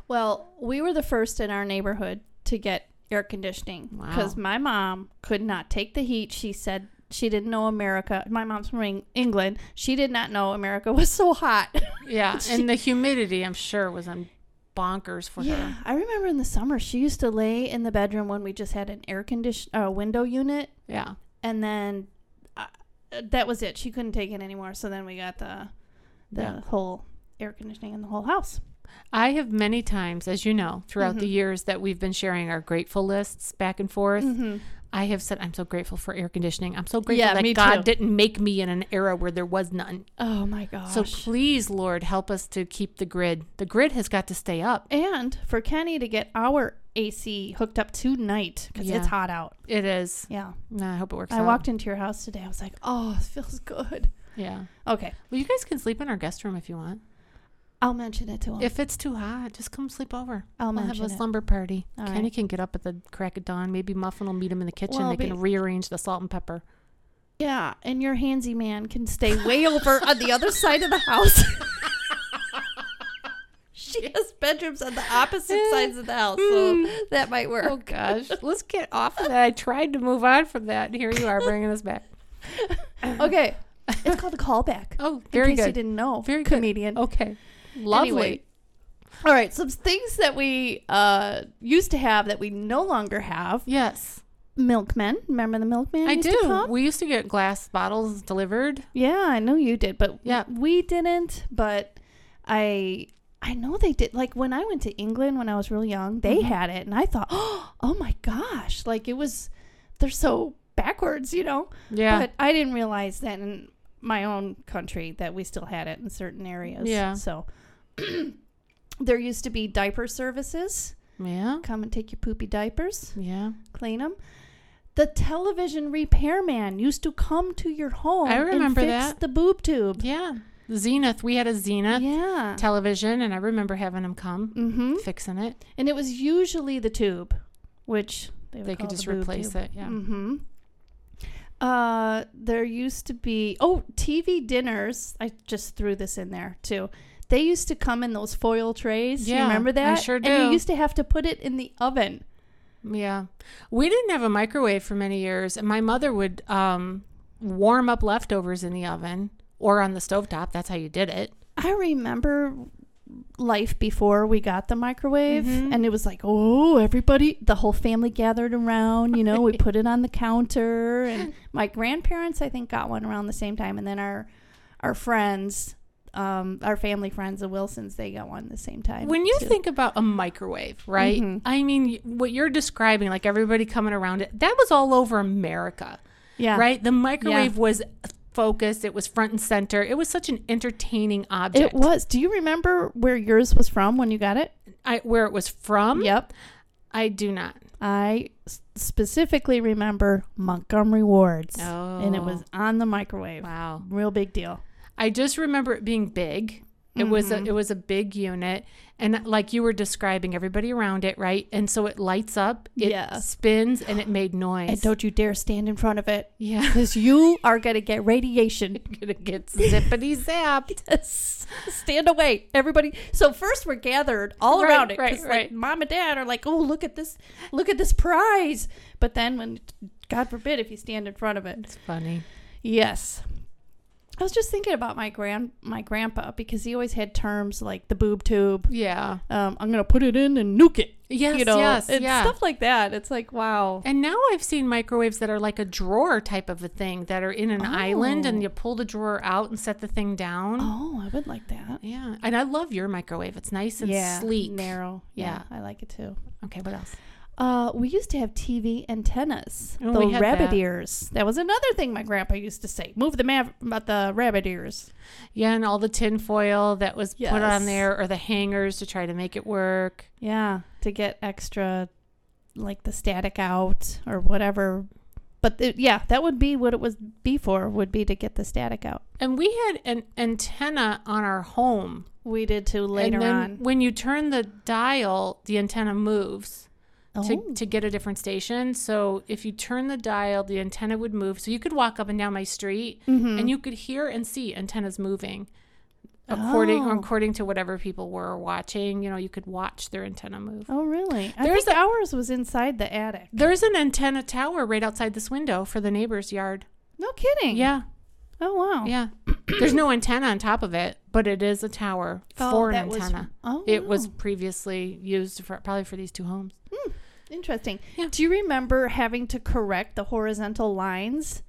B: well, we were the first in our neighborhood to get air conditioning because
A: Wow.
B: my mom could not take the heat. She said. She didn't know America. My mom's from Eng- England. She did not know America was so hot.
A: Yeah, and the humidity, I'm sure, was on bonkers for
B: Yeah,
A: her.
B: I remember in the summer she used to lay in the bedroom when we just had an air condition uh, window unit,
A: Yeah,
B: and then uh, that was it. She couldn't take it anymore, so then we got the the
A: Yeah.
B: whole air conditioning in the whole house.
A: I have many times, as you know, throughout
B: Mm-hmm.
A: the years that we've been sharing our grateful lists back and forth. I have said, "I'm so grateful for air conditioning. I'm so grateful
B: Mm-hmm. Yeah, me
A: that God
B: too.
A: didn't make me in an era where there was none."
B: Oh my gosh!
A: So please, Lord, help us to keep the grid. The grid has got to stay up.
B: and for Kenny to get our AC hooked up tonight because
A: Yeah.
B: it's hot out.
A: It is.
B: Yeah,
A: Nah, I hope it works.
B: I
A: out.
B: walked into your house today. I was like, oh, it feels good.
A: Yeah.
B: Okay,
A: Well, you guys can sleep in our guest room if you want.
B: I'll mention it to him.
A: If it's too hot, just come sleep over.
B: I'll
A: we'll have
B: mention
A: a
B: it.
A: slumber party.
B: All
A: Kenny
B: right.
A: can get up at the crack of dawn. Maybe Muffin will meet him in the kitchen.
B: Well,
A: they can
B: be-
A: rearrange the salt and pepper.
B: Yeah, and your handsy man can stay way over on the other side of the house. she has bedrooms on the opposite sides of the house,
A: Mm.
B: so that might work.
A: Oh gosh, let's get off of that. I tried to move on from that, and here you are bringing us back.
B: Okay, it's called a callback.
A: Oh,
B: in
A: very
B: case you
A: good.
B: didn't know,
A: Very good.
B: comedian.
A: Okay, lovely.
B: Anyway, all right, some things that we uh, used to have that we no longer have.
A: Yes,
B: Milkmen. Remember the milkman?
A: I
B: used to
A: do.
B: come?
A: We used to get glass bottles delivered.
B: Yeah, I know you did, but
A: Yeah.
B: we didn't. But I I know they did. Like when I went to England when I was real young, they
A: Mm-hmm.
B: had it, and I thought, oh my gosh, like it was. They're so backwards, you know.
A: Yeah,
B: But I didn't realize that in my own country that we still had it in certain areas.
A: Yeah.
B: So there used to be diaper services.
A: yeah,
B: Come and take your poopy diapers,
A: yeah.
B: clean them. The television repairman used to come to your home.
A: I remember
B: and fix
A: that.
B: the boob tube.
A: Yeah. Zenith. We had a Zenith
B: Yeah.
A: television, and I remember having him come
B: mm-hmm.
A: fixing it.
B: And it was usually the tube, which they, would
A: They could just replace it. Yeah.
B: Mm-hmm. Uh, there used to be oh TV dinners. I just threw this in there too. They used to come in those foil trays. you
A: Yeah,
B: remember
A: I
B: that?
A: sure
B: And you
A: do.
B: used to have to put it in the oven.
A: Yeah. We didn't have a microwave for many years, and my mother would um, warm up leftovers in the oven or on the stovetop. That's how you did it.
B: I remember life before we got the microwave
A: Mhm.
B: and it was like oh everybody the whole family gathered around you know we put it on the counter and my grandparents i think got one around the same time and then our our friends um our family friends the wilsons they got one the same time
A: When you
B: too.
A: think about a microwave, right?
B: Mhm.
A: I mean, y- what you're describing, like everybody coming around it, that was all over America,
B: yeah
A: right? The microwave was focused, it was front and center. It was such an entertaining
B: it
A: object.
B: was do you remember where yours was from when you got it
A: I, where it was from,
B: yep
A: I do not.
B: i s- specifically remember montgomery wards and it
A: Oh.
B: was on the microwave
A: Wow.
B: real big deal
A: I just remember it being big It was
B: Mm-hmm.
A: a, it was a big unit, and like you were describing, everybody around it, right? And so it lights up, it
B: Yeah.
A: spins, and it made noise.
B: And don't you dare stand in front of it
A: yeah,
B: because you are going to get radiation.
A: gonna get zippity zapped.
B: Yes. Stand away, everybody. So first we're gathered all
A: Right,
B: around it
A: right,
B: 'cause, like
A: right.
B: mom and dad are like, "Oh, look at this, look at this prize." But then when God forbid if you stand in front of it.
A: It's funny.
B: Yes. I was just thinking about my grand my grandpa because he always had terms like the boob tube.
A: Yeah.
B: Um, I'm gonna put it in and nuke it.
A: Yes.
B: you know,
A: yes.
B: and
A: yeah.
B: stuff like that. It's like wow.
A: And now I've seen microwaves that are like a drawer type of a thing that are in an island and you pull the drawer out and set the thing down.
B: Oh, I would like that.
A: Yeah. And I love your microwave. It's nice and sleek.
B: narrow.
A: Yeah.
B: yeah, I like it too.
A: Okay, what else?
B: Uh, we used to have TV antennas,
A: Oh, we
B: the
A: had
B: rabbit
A: that.
B: ears. That was another thing my grandpa used to say: move the mav- about the rabbit ears.
A: Yeah, and all the tin foil that was put
B: Yes.
A: on there or the hangers to try to make it work.
B: Yeah, to get extra, like the static out or whatever. But th- yeah, that would be what it would be for. Would be to get the static out.
A: And we had an antenna on our home.
B: We did too later
A: and then
B: on.
A: when you turn the dial, the antenna moves. to,
B: Oh,
A: to get a different station. So if you turn the dial, the antenna would move. So you could walk up and down my street Mm-hmm.
B: Mm.
A: and you could hear and see antennas moving. According
B: Oh.
A: according to whatever people were watching, you know, you could watch their antenna move.
B: oh really? I
A: There's
B: think ours was inside the attic.
A: There's an antenna tower right outside this window for the neighbor's yard.
B: No kidding.
A: Yeah,
B: Oh wow.
A: yeah. There's no antenna on top of it, but it is a tower
B: Oh,
A: for an
B: that was-
A: antenna.
B: Oh,
A: It was
B: wow.
A: previously used for probably for these two homes.
B: interesting.
A: Yeah.
B: Do you remember having to correct the horizontal lines?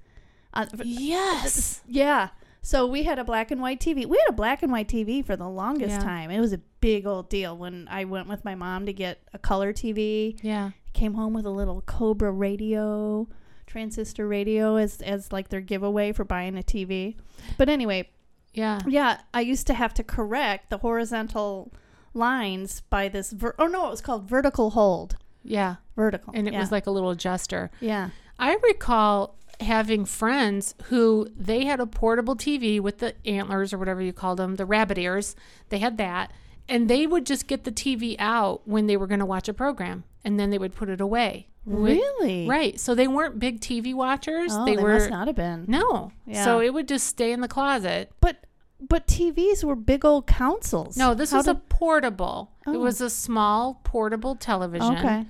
B: Uh,
A: Yes.
B: Yeah. So we had a black and white TV. We had a black and white TV for the longest
A: Yeah.
B: time. It was a big old deal when I went with my mom to get a color TV.
A: Yeah.
B: Came home with a little Cobra radio, transistor radio as as like their giveaway for buying a TV. But anyway,
A: Yeah.
B: yeah, I used to have to correct the horizontal lines by this ver- oh no, it was called vertical hold.
A: Yeah.
B: Vertical.
A: And it
B: yeah.
A: was like a little adjuster.
B: Yeah.
A: I recall having friends who they had a portable TV with the antlers or whatever you called them, the rabbit ears. They had that, and they would just get the TV out when they were going to watch a program, and then they would put it away. With-
B: Really?
A: Right. So they weren't big TV watchers.
B: Oh,
A: they,
B: they,
A: were
B: must not have been.
A: no.
B: Yeah.
A: So it would just stay in the closet.
B: But but TVs were big old consoles.
A: No, this
B: How
A: was
B: did-
A: a portable.
B: Oh.
A: It was a small portable television.
B: Okay.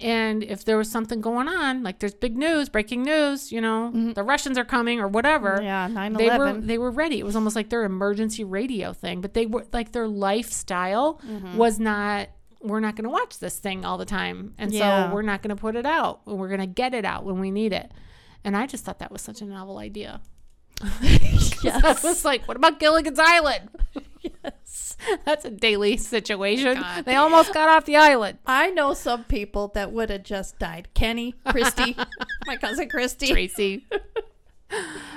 A: And if there was something going on, like there's big news, breaking news, you know, the Russians are coming or whatever,
B: Mm-hmm. Yeah, 9
A: they were they were ready. It was almost like their emergency radio thing, but they were like their lifestyle
B: Mm-hmm.
A: was not we're not going to watch this thing all the time. And
B: Yeah.
A: so we're not going to put it out. and We're going to get it out when we need it. And I just thought that was such a novel idea. I
B: yes.
A: was like, what about Gilligan's Island? yes. That's a daily situation. they almost got off the island.
B: I know some people that would have just died. Kenny, Christy, my cousin Christy.
A: Tracy.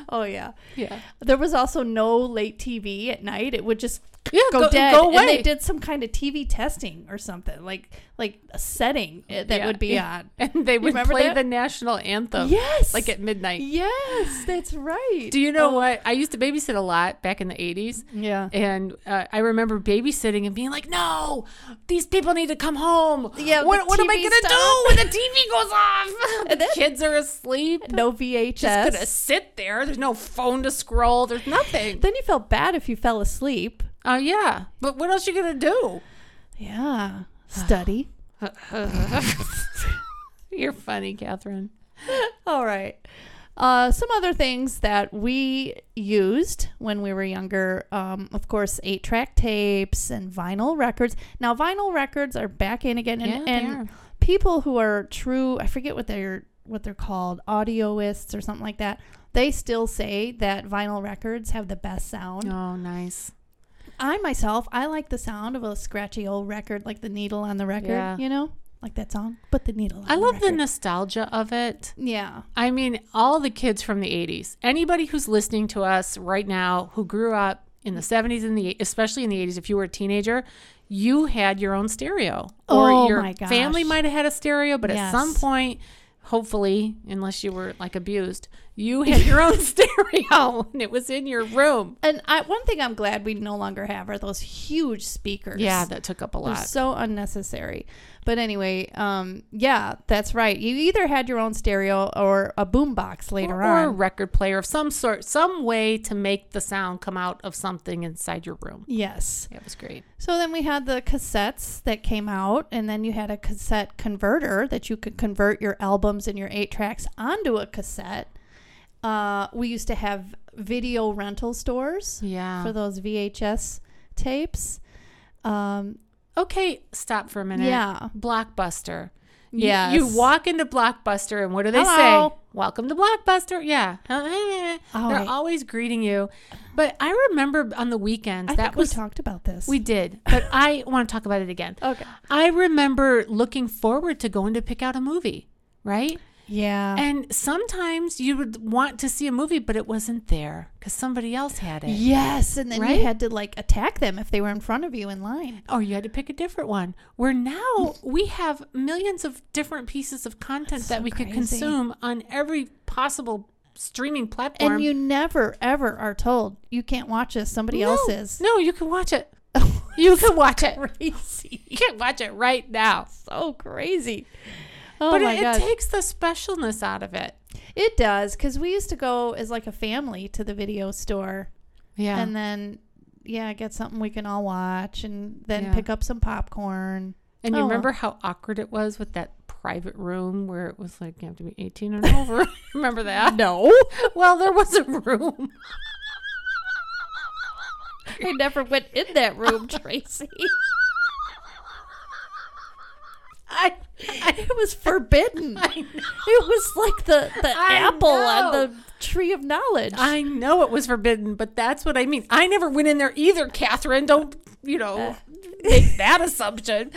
B: Oh yeah.
A: Yeah.
B: There was also no late TV at night. It would just
A: Yeah,
B: go,
A: go-
B: dead.
A: go
B: And they
A: away.
B: did some kind of TV testing or something like like a setting eh, that
A: Yeah,
B: would be
A: yeah.
B: on.
A: And they would
B: remember
A: play
B: that?
A: the national anthem.
B: Yes.
A: Like at midnight.
B: Yes, that's right.
A: Do you know what? I used to babysit a lot back in the 80s.
B: Yeah.
A: And uh, I remember babysitting and being like, "No, these people need to come home.
B: Yeah,
A: what,
B: the
A: what am I
B: TV
A: gonna
B: stuff."
A: do when the TV goes off? the
B: And then-
A: kids are asleep.
B: No VHS.
A: Just gonna sit there. There's no phone to scroll. There's nothing.
B: then you felt bad if you fell asleep.
A: Oh yeah, but what else you gonna do?
B: Yeah. Study.
A: You're funny, Catherine.
B: All right. Uh, some other things that we used when we were younger, um, of course, eight track tapes and vinyl records. Now, vinyl records are back in again, and,
A: Yeah, they
B: and
A: are.
B: people who are true, I forget what they're what they're called, audioists or something like that. They still say that vinyl records have the best sound.
A: Oh, nice.
B: I myself, I like the sound of a scratchy old record, like the needle on the record.
A: Yeah.
B: You know, like that song, but the needle. On
A: I love the
B: record.
A: nostalgia of it.
B: yeah.
A: I mean, all the kids from the 80s, anybody who's listening to us right now who grew up in the 70s and the especially in the 80s if you were a teenager, you had your own stereo
B: Oh,
A: your
B: my gosh.
A: family might have had a stereo, but at some
B: Yes.
A: point, hopefully, unless you were like abused, You had your own stereo and it was in your room.
B: And I, one thing I'm glad we no longer have are those huge speakers.
A: Yeah, that took up a
B: They're
A: lot.
B: so unnecessary. But anyway, um, yeah, that's right. You either had your own stereo or a boombox later
A: Or a
B: on.
A: record player of some sort, some way to make the sound come out of something inside your room.
B: Yes.
A: That was great.
B: So then we had the cassettes that came out, and then you had a cassette converter that you could convert your albums and your eight tracks onto a cassette. Uh, we used to have video rental stores
A: Yeah.
B: for those VHS tapes. Um,
A: okay, stop for a minute.
B: Yeah.
A: Blockbuster.
B: Yes.
A: You, you walk into Blockbuster, and what do they say?
B: Hello. Oh,
A: Welcome to Blockbuster. Yeah. They're
B: right.
A: always greeting you. But I remember on the weekends,
B: I
A: that
B: think
A: was.
B: we talked about this.
A: we did, but I want to talk about it again.
B: okay.
A: I remember looking forward to going to pick out a movie, right?
B: Yeah.
A: And sometimes you would want to see a movie, but it wasn't there because somebody else had it.
B: Yes, and then
A: Right?
B: you had to like attack them if they were in front of you in line.
A: Or Oh, you had to pick a different one. Where now we have millions of different pieces of content that
B: Mm. so
A: we could
B: crazy.
A: consume on every possible streaming platform.
B: And you never ever are told you can't watch this. Somebody
A: no,
B: else is.
A: No, you can watch it. You can watch it.
B: crazy.
A: You can watch it right now.
B: So crazy. Oh
A: but
B: my
A: it, it
B: gosh.
A: takes the specialness out of it.
B: it does cuz we used to go as like a family to the video store
A: Yeah.
B: and then yeah, get something we can all watch and then
A: Yeah.
B: pick up some popcorn.
A: And you
B: Oh.
A: remember how awkward it was with that private room where it was like you have to be 18 and over? remember that? No. Well, there was a room.
B: I never went in that room, Tracy. I, I it was forbidden. It was like the the
A: I
B: apple on
A: know.
B: the tree of knowledge.
A: I know it was forbidden, but that's what I mean. I never went in there either, Catherine. Don't, you
B: Uh.
A: know, make that assumption.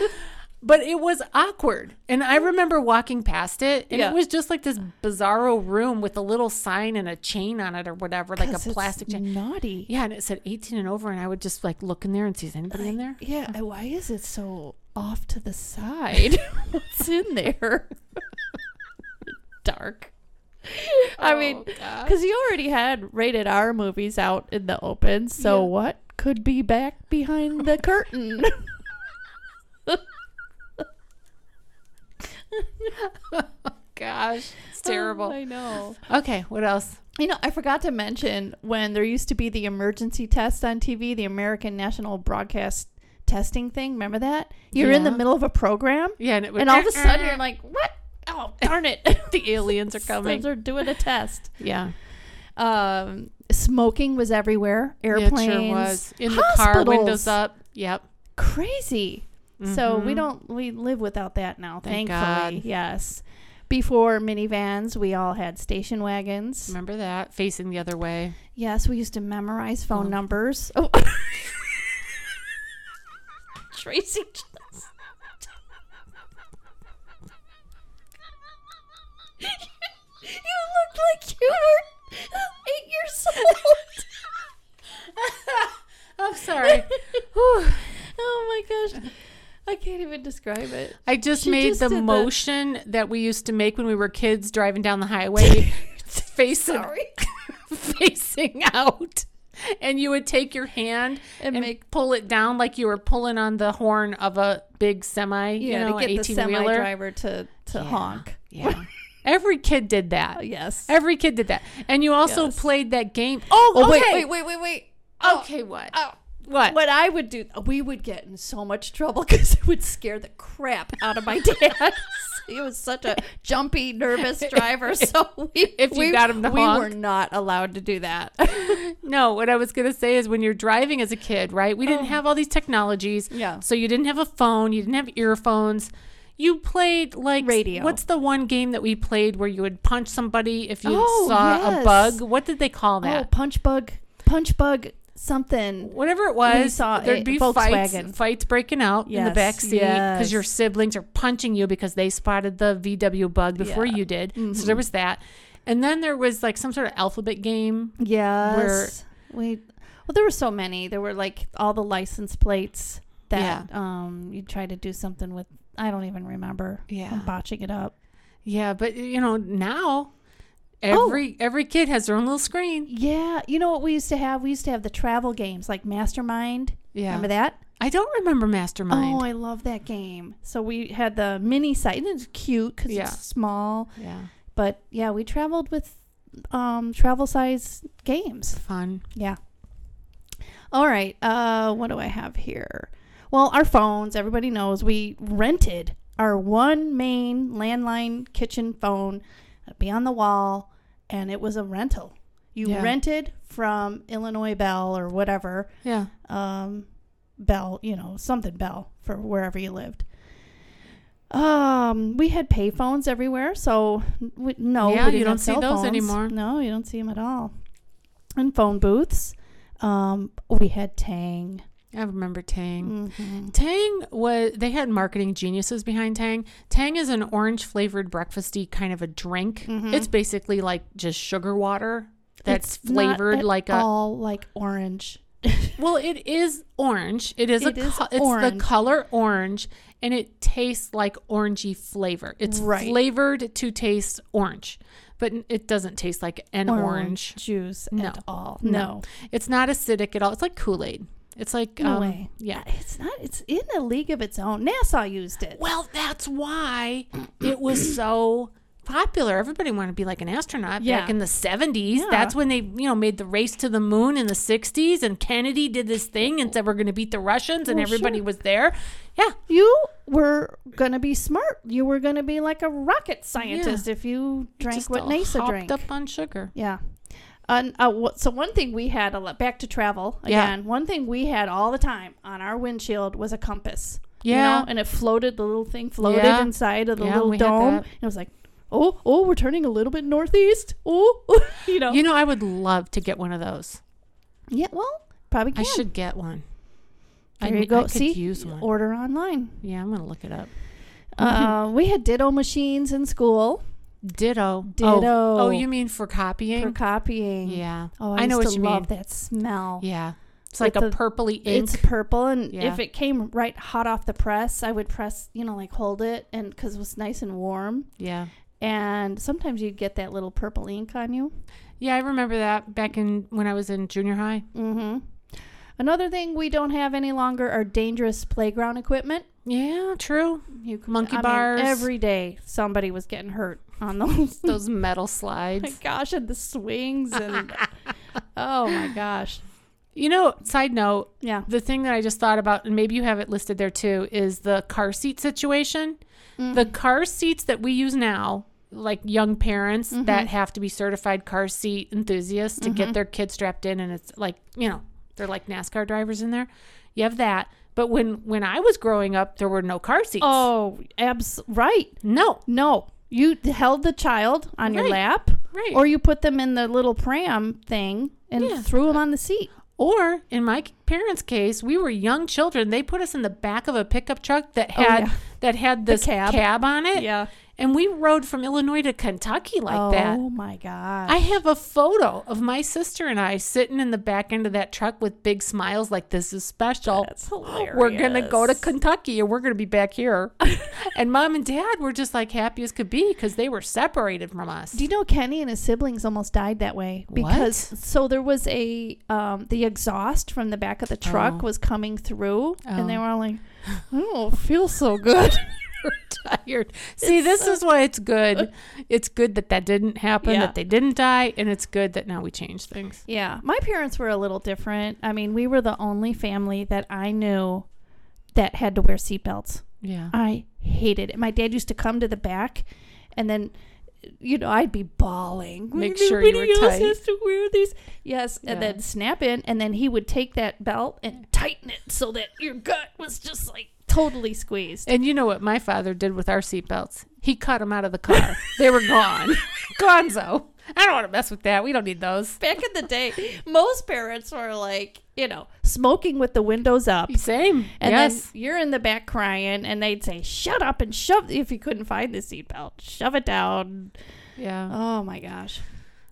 A: But it was awkward. And I remember walking past it, and
B: Yeah.
A: it was just like this bizarro room with a little sign and a chain on it or whatever, like a
B: 'Cause it's
A: plastic chain.
B: naughty.
A: Yeah, and it said 18 and over, and I would just like look in there and see is anybody in there?
B: Yeah, and why is it so off to the side? What's in there? Dark. I mean,
A: Oh, gosh.
B: because you already had rated R movies out in the open, so
A: Yeah.
B: what could be back behind the curtain?
A: gosh, it's
B: Oh,
A: terrible.
B: I know.
A: Okay, what else?
B: You know, I forgot to mention when there used to be the emergency test on TV, the American National Broadcast Testing thing. Remember that? You're in the
A: Yeah.
B: middle of a program,
A: Yeah, and it would,
B: and all of a sudden you're like, "What? Oh, darn it!
A: the aliens are
B: Coming,
A: coming.
B: they're doing a test."
A: Yeah,
B: Um, smoking was everywhere.
A: Yeah, it
B: Airplanes,
A: sure was in the car, windows
B: hospitals.
A: up. Yep.
B: Crazy. So we
A: Mhm.
B: don't we live without that now.
A: Thank
B: thankfully,
A: God.
B: yes. Before minivans, we all had station wagons.
A: Remember that facing the other way.
B: Yes, we used to memorize phone
A: Oh.
B: numbers. Oh. Tracy. just- you looked like you were eight years old.
A: I'm sorry. Whew.
B: oh my gosh. I can't even describe it.
A: I just
B: She
A: made
B: just
A: the
B: did the-
A: motion that we used to make when we were kids driving down the highway, facing
B: Sorry.
A: facing out. And you would take your hand
B: And
A: and,
B: make-
A: pull it down like you were pulling on the horn of a big semi, you
B: Yeah,
A: know,
B: to get the
A: 18
B: semi
A: wheeler.
B: driver to, to honk.
A: Yeah. Every kid did that.
B: Uh, Oh, Yes.
A: Every kid did that. And you also
B: Yes.
A: played that game. Oh,
B: oh,
A: okay.
B: wait, wait, wait, wait, wait.
A: Okay, what?
B: Oh.
A: what?
B: What I would do, we would get in so much trouble because it would scare the crap out of my dad. he was such a jumpy, nervous driver. So we,
A: If you
B: we-
A: got him to
B: we were
A: honk.
B: not allowed to do that. Oh,
A: No, what I was going to say is when you're driving as a kid, right? We didn't have all these technologies.
B: Oh. Yeah.
A: So you didn't have a phone, you didn't have earphones. You played like
B: Radio.
A: What's the one game that we played where you would punch somebody if you
B: Oh,
A: saw
B: yes.
A: a bug? What did they call
B: oh,
A: that?
B: punch bug, punch bug, something.
A: Whatever it was,
B: We saw
A: there'd
B: it-
A: be
B: Volkswagen.
A: fights, fights breaking out in the
B: Yes,
A: back seat because
B: yes.
A: your siblings are punching you because they spotted the VW bug before
B: Yeah. Mm-hmm.
A: you did. So there was that. And then there was like some sort of alphabet game.
B: Yes. we well, there were so many. There were like all the license plates that um you try to do something with. I don't even remember.
A: Yeah.
B: I'm botching it up.
A: Yeah, but you know, now Every
B: Oh.
A: every kid has their own little screen.
B: Yeah, you know what we used to have? We used to have the travel games like Mastermind.
A: Yeah.
B: Remember that?
A: I don't remember Mastermind.
B: Oh, I love that game. So we had the mini site, and it's cute because
A: Yeah.
B: it's small.
A: yeah.
B: But yeah, we traveled with um, travel size games.
A: Fun.
B: Yeah. All right. Uh, what do I have here? Well, our phones. Everybody knows we rented our one main landline kitchen phone uh, beyond the wall, and it was a rental. You
A: Yeah.
B: rented from Illinois Bell or whatever
A: Yeah.
B: um, Bell, you know, something Bell for wherever you lived. Um, we had payphones everywhere, so we, no, we
A: Yeah, you
B: didn't
A: don't
B: have
A: see
B: cell
A: those
B: phones.
A: anymore.
B: No, you don't see them at all. And phone booths. Um, we had Tang.
A: I remember Tang.
B: Mhm.
A: Tang was they had marketing geniuses behind Tang. Tang is an orange flavored breakfasty kind of a drink. It's basically like just sugar water that's
B: Mm-hmm. It's not
A: flavored
B: at
A: like a
B: all like orange.
A: Well, it is orange. It is
B: It
A: a
B: is
A: co- it's the
B: orange.
A: color orange and it tastes like orangey flavor. It's
B: Right.
A: flavored to taste orange, but n- it doesn't taste like an orange.
B: juice
A: No.
B: at all.
A: No.
B: No,
A: It's not acidic at all. It's like Kool-Aid. It's like
B: No
A: um,
B: way.
A: yeah.
B: it's not. It's in a league of its own. NASA used it.
A: Well, that's why it was so popular. Everybody wanted to be like an astronaut
B: Yeah.
A: back in the 70s.
B: Yeah.
A: That's when they, you know, made the race to the moon in the 60s and Kennedy did this thing and said we're going to beat the Russians and
B: Well,
A: everybody
B: sure.
A: was there. Yeah.
B: you were gonna be smart. You were gonna be like a rocket scientist if you drank
A: Just
B: what
A: all
B: NASA
A: hopped
B: drank.
A: up on sugar.
B: Yeah. And uh, wha- so one thing we had a lot back to travel
A: Yeah.
B: again. One thing we had all the time on our windshield was a compass. you
A: Yeah.
B: know, and it floated. The little thing floated
A: Yeah.
B: inside of the
A: Yeah,
B: little
A: we had
B: dome.
A: that.
B: And it was like, oh, oh, we're turning a little bit northeast. Oh, you know.
A: You know, I would love to get one of those.
B: yeah. Well, probably
A: I
B: can.
A: should get one. I
B: There you
A: ne- I
B: go.
A: could
B: See,
A: use one. Mm-hmm.
B: order online.
A: yeah, I'm gonna look it up.
B: Uh, we had ditto machines in school
A: Ditto.
B: Ditto.
A: Oh, oh you mean for
B: for
A: copying?
B: copying.
A: yeah.
B: Oh,
A: I, know
B: used
A: what
B: to
A: you
B: love
A: mean.
B: that smell.
A: Yeah. It's
B: With
A: like a
B: the-
A: purpley ink.
B: It's purple, and
A: Yeah.
B: if it came right hot off the press, I would press, you know, like hold it, and because it was nice and warm.
A: yeah.
B: And sometimes you'd get that little purple ink on you.
A: Yeah, I remember that back in when I was in junior high.
B: Mm-hmm. Another thing we don't have any longer are dangerous playground equipment.
A: Yeah, true.
B: You could,
A: Monkey
B: I mean,
A: bars.
B: every day, somebody was getting hurt on those.
A: Those metal
B: my
A: slides.
B: gosh, and the swings, and oh my gosh,
A: You know, side note,
B: yeah.
A: The thing that I just thought about, and maybe you have it listed there too, is the car seat situation. The car seats that we use now, like young parents
B: Mm-hmm.
A: that have to be certified car seat enthusiasts to get their kids strapped in, and it's like you know they're like NASCAR drivers in there. You have that, but when when I was growing up, there were no car seats.
B: Oh, abs right.
A: no,
B: No, you held the child on your
A: Right.
B: lap,
A: Right.
B: Or you put them in the little pram thing and
A: Yeah.
B: threw them on the seat.
A: Or in my parents' case, we were young children. They put us in the back of a pickup truck that had
B: Oh, yeah.
A: that had this
B: cab.
A: cab. on it.
B: Yeah.
A: And we rode from Illinois to Kentucky like
B: oh
A: that.
B: my gosh!
A: I have a photo of my sister and I sitting in the back end of that truck with big smiles like this is special.
B: That's hilarious.
A: We're going to go to Kentucky and we're going to be back here. and mom and dad were just like happy as could be cuz they were separated from us.
B: Do you know Kenny and his siblings almost died that way because so there was a um, the exhaust from the back of the truck
A: Oh.
B: was coming through
A: Oh.
B: and they were all like, "I don't feel so good."
A: tired. See, this is why it's good. It's good that that didn't happen,
B: Yeah.
A: that they didn't die, and it's good that now we change things.
B: Yeah, my parents were a little different. I mean, we were the only family that I knew that had to wear seatbelts.
A: Yeah.
B: I hated it. My dad used to come to the back, and then, you know, I'd be bawling.
A: Make sure you
B: Nobody
A: were
B: else
A: tight."
B: has to wear these. Yes,
A: Yeah.
B: and then snap in, and then he would take that belt and tighten it so that your gut was just like totally squeezed.
A: And you know what my father did with our seatbelts? He cut them out of the car. they were gone. Gonzo. I don't want to mess with that. We don't need those.
B: Back in the day, most parents were like, you know, smoking with the windows up.
A: Same.
B: And
A: yes.
B: then you're in the back crying, and they'd say, "Shut up and shove." If you couldn't find the seatbelt, shove it down.
A: yeah.
B: Oh my gosh.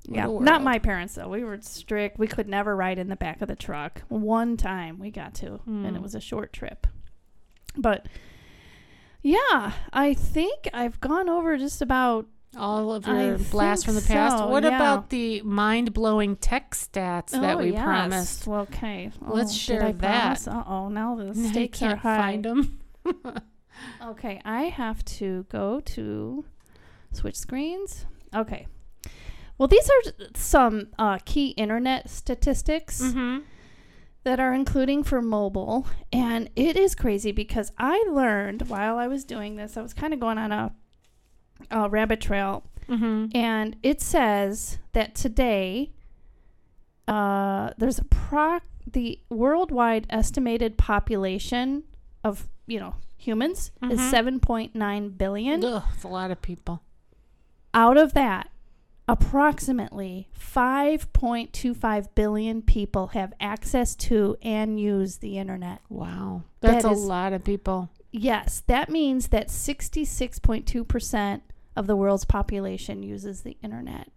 A: What
B: yeah,
A: a
B: not
A: world.
B: my parents though. We were strict. We could never ride in the back of the truck. One time we got to, and
A: Hmm.
B: it was a short trip. But yeah, I think I've gone over just about
A: All of
B: Oh, I
A: your blasts from the
B: think
A: past.
B: so,
A: what
B: yeah.
A: about the mind blowing tech stats that
B: Oh,
A: we
B: yes.
A: promised?
B: Well, okay. Oh,
A: Let's share that.
B: Uh oh, now the
A: Now you
B: stakes are
A: can't
B: high.
A: find them.
B: Okay, I have to go to switch screens. Okay. Well, these are some uh, key internet statistics
A: Mm-hmm.
B: that are including for mobile. And it is crazy because I learned while I was doing this, I was kind of going on a, a rabbit trail.
A: Mm-hmm.
B: And it says that today uh, there's a proc the worldwide estimated population of, you know, humans is
A: Mhm.
B: 7.9 billion.
A: Ugh, it's a lot of people.
B: Out of that, approximately 5.25 billion people have access to and use the internet.
A: Wow.
B: That
A: That's a
B: is-
A: lot of people.
B: Yes, that means that 66.2% of the world's population uses the internet.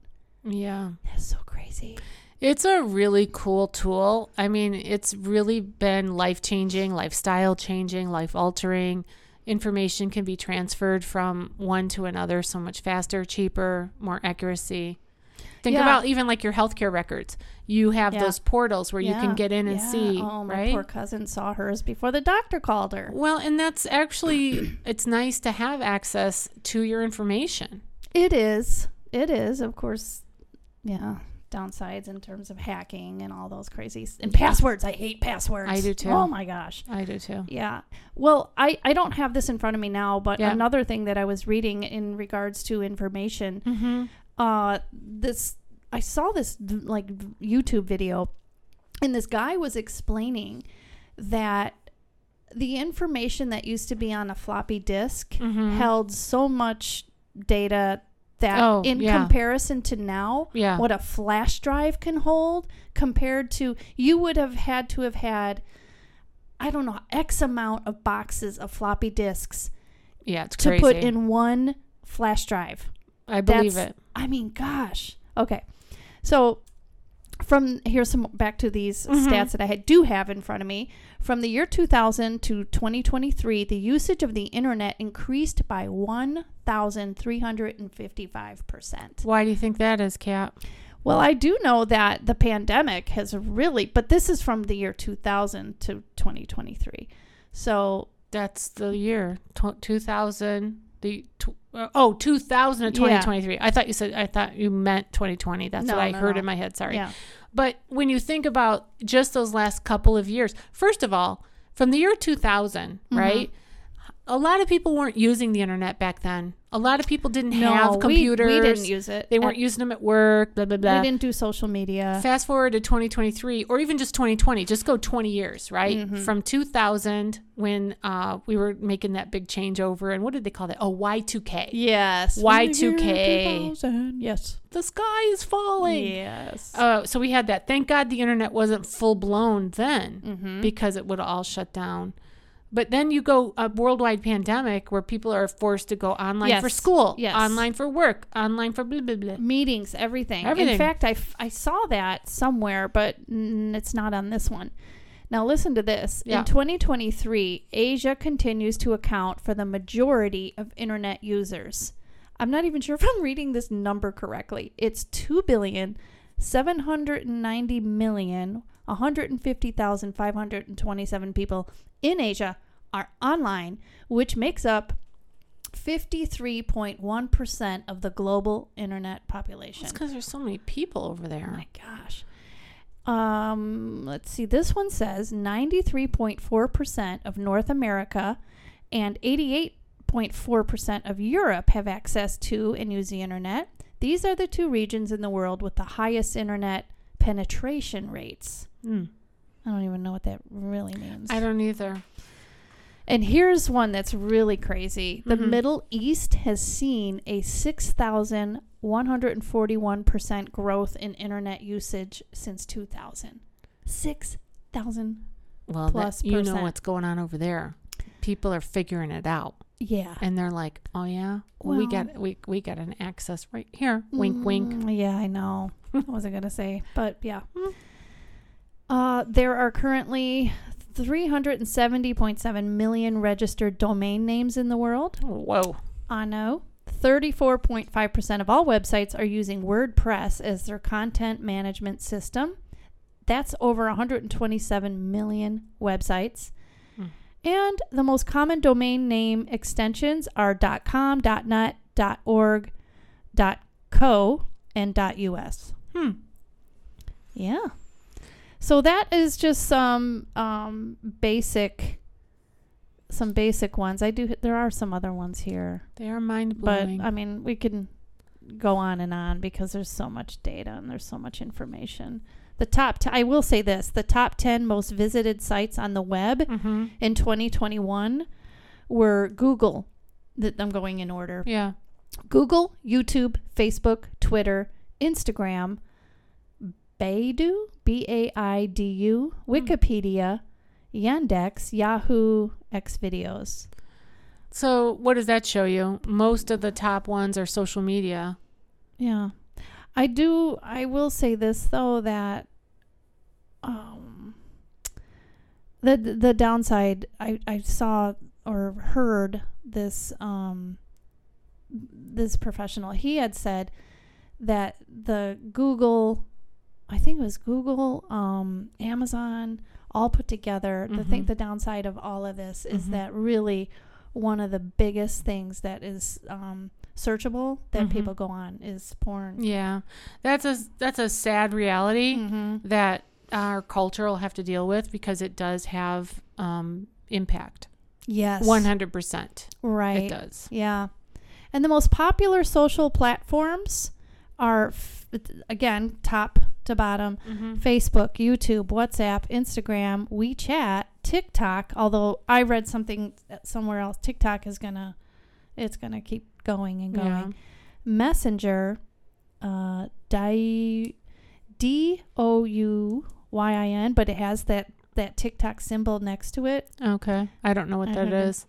A: Yeah.
B: That's so crazy.
A: It's a really cool tool. I mean, it's really been life changing, lifestyle changing, life altering. Information can be transferred from one to another so much faster, cheaper, more accuracy. Think
B: Yeah.
A: about even like your healthcare records. You have
B: Yeah.
A: those portals where you
B: Yeah,
A: can get in and
B: yeah.
A: see,
B: Oh, my
A: right?
B: poor cousin saw hers before the doctor called her.
A: Well, and that's actually it's nice to have access to your information.
B: It is. It is, of course. Yeah. Downsides in terms of hacking and all those crazies and passwords. I hate passwords.
A: I do too.
B: Oh my gosh.
A: I do too.
B: Yeah. Well, I, I don't have this in front of me now, but
A: Yeah.
B: another thing that I was reading in regards to information
A: Mhm.
B: uh this I saw this like YouTube video and this guy was explaining that the information that used to be on a floppy disk
A: Mhm.
B: held so much data that
A: Oh,
B: in
A: yeah.
B: comparison to now
A: Yeah.
B: what a flash drive can hold compared to you would have had to have had I don't know x amount of boxes of floppy disks
A: Yeah, it's
B: to
A: crazy.
B: put in one flash drive.
A: I believe
B: That's-
A: it.
B: I mean, gosh. Okay. So from here's some back to these
A: Mhm.
B: stats that I had, do have in front of me. From the year 2000 to 2023, the usage of the internet increased by 1,355%.
A: Why do you think that is, Cap?
B: Well, I do know that the pandemic has really, but this is from the year 2000 to 2023. So
A: That's the year tw- 2000 the tw- uh, oh 2000 to
B: Yeah.
A: 2023. I thought you said I thought you meant 2020. That's
B: No,
A: what I
B: no,
A: heard
B: no.
A: in my head, sorry.
B: yeah,
A: But when you think about just those last couple of years, first of all, from the year 2000,
B: Mm-hmm.
A: right? A lot of people weren't using the internet back then. A lot of people didn't have
B: we-
A: computers.
B: We, didn't use it.
A: they weren't using them at work, blah blah
B: We
A: blah.
B: didn't do social media.
A: Fast forward to 2023, or even just 2020, just go 20 years, right?
B: Mm-hmm.
A: From 2000, when uh, we were making that big changeover, and what did they call that? Oh, Y2K.
B: Yes.
A: Y2K.
B: Yes.
A: The sky is falling.
B: Yes.
A: Uh, so we had that. Thank God the internet wasn't full blown then
B: Mhm.
A: because it would have all shut down. But then you go a worldwide pandemic where people are forced to go online for
B: Yes.
A: school,
B: Yes.
A: online for work, online for blah, blah, blah.
B: Meetings, everything.
A: Everything.
B: In fact, I, f- I saw that somewhere, but mm, it's not on this one. Now, listen to this.
A: Yeah.
B: In 2023, Asia continues to account for the majority of internet users. I'm not even sure if I'm reading this number correctly. It's 2 billion, 790 million, 150,527 people in Asia are online, which makes up 53.1% of the global internet population.
A: It's because there's so many people over
B: Oh
A: there.
B: my gosh. Um, let's see. This one says 93.4% of North America and 88.4% of Europe have access to and use the internet. These are the two regions in the world with the highest internet penetration rates.
A: Hmm.
B: I don't even know what that really means.
A: I don't either.
B: And here's one that's really crazy. The
A: Mhm.
B: Middle East has seen a 6,141% growth in internet usage since 2000. 6,000.
A: Well, that-
B: plus
A: you know
B: percent.
A: what's going on over there. People are figuring it out,
B: Yeah.
A: and they're like, "Oh yeah, well, we
B: Well-
A: got we we got an access right here." Wink, wink. Hmm.
B: Mm, Yeah, I know. I wasn't going to say, but yeah. Uh, there are currently Mm. 370.7 million registered domain names in the world.
A: Whoa.
B: Ano, 34.5% of all websites are using WordPress as their content management system. That's over 127 million websites.
A: Hmm.
B: And the most common domain name extensions are .com, .net, .org, .co, and .us.
A: Hmm.
B: Yeah. So that is just some um, basic, some basic ones. I do. There are some other ones here,
A: They are mind
B: but um,
A: blowing.
B: I mean, we can go on and on because there's so much data and there's so much information. The top. T- I will say this: the top ten most visited sites on the web
A: mm-hmm.
B: in 2021 were Google. That I'm going in order.
A: Yeah.
B: Google, YouTube, Facebook, Twitter, Instagram, Baidu, B A I D U, Wikipedia, Yandex, Yahoo, Xvideos.
A: So what does that show you? Most of the top ones are social media.
B: Yeah. I do, I will say this though that um, the, the downside, I, I saw or heard this, um, this professional, he had said that the Google, I think it was Google, um, Amazon, all put together. The thing,
A: Mhm.
B: the downside of all of this is
A: Mhm.
B: that really one of the biggest things that is um, searchable that
A: Mhm.
B: people go on is porn.
A: Yeah. That's a that's a sad reality
B: Mm-hmm.
A: that our culture will have to deal with because it does have um, impact.
B: Yes,
A: One hundred percent. It
B: right.
A: does.
B: Yeah. And the most popular social platforms are, f- again, top to bottom
A: Mm-hmm.
B: Facebook, YouTube, WhatsApp, Instagram, WeChat, TikTok. Although I read something uh, somewhere else, TikTok is gonna, it's gonna keep going and going.
A: Yeah.
B: Messenger, uh, di- D O U Y I N, but it has that that TikTok symbol next to it.
A: Okay. I don't know what
B: I
A: that
B: don't know.
A: is.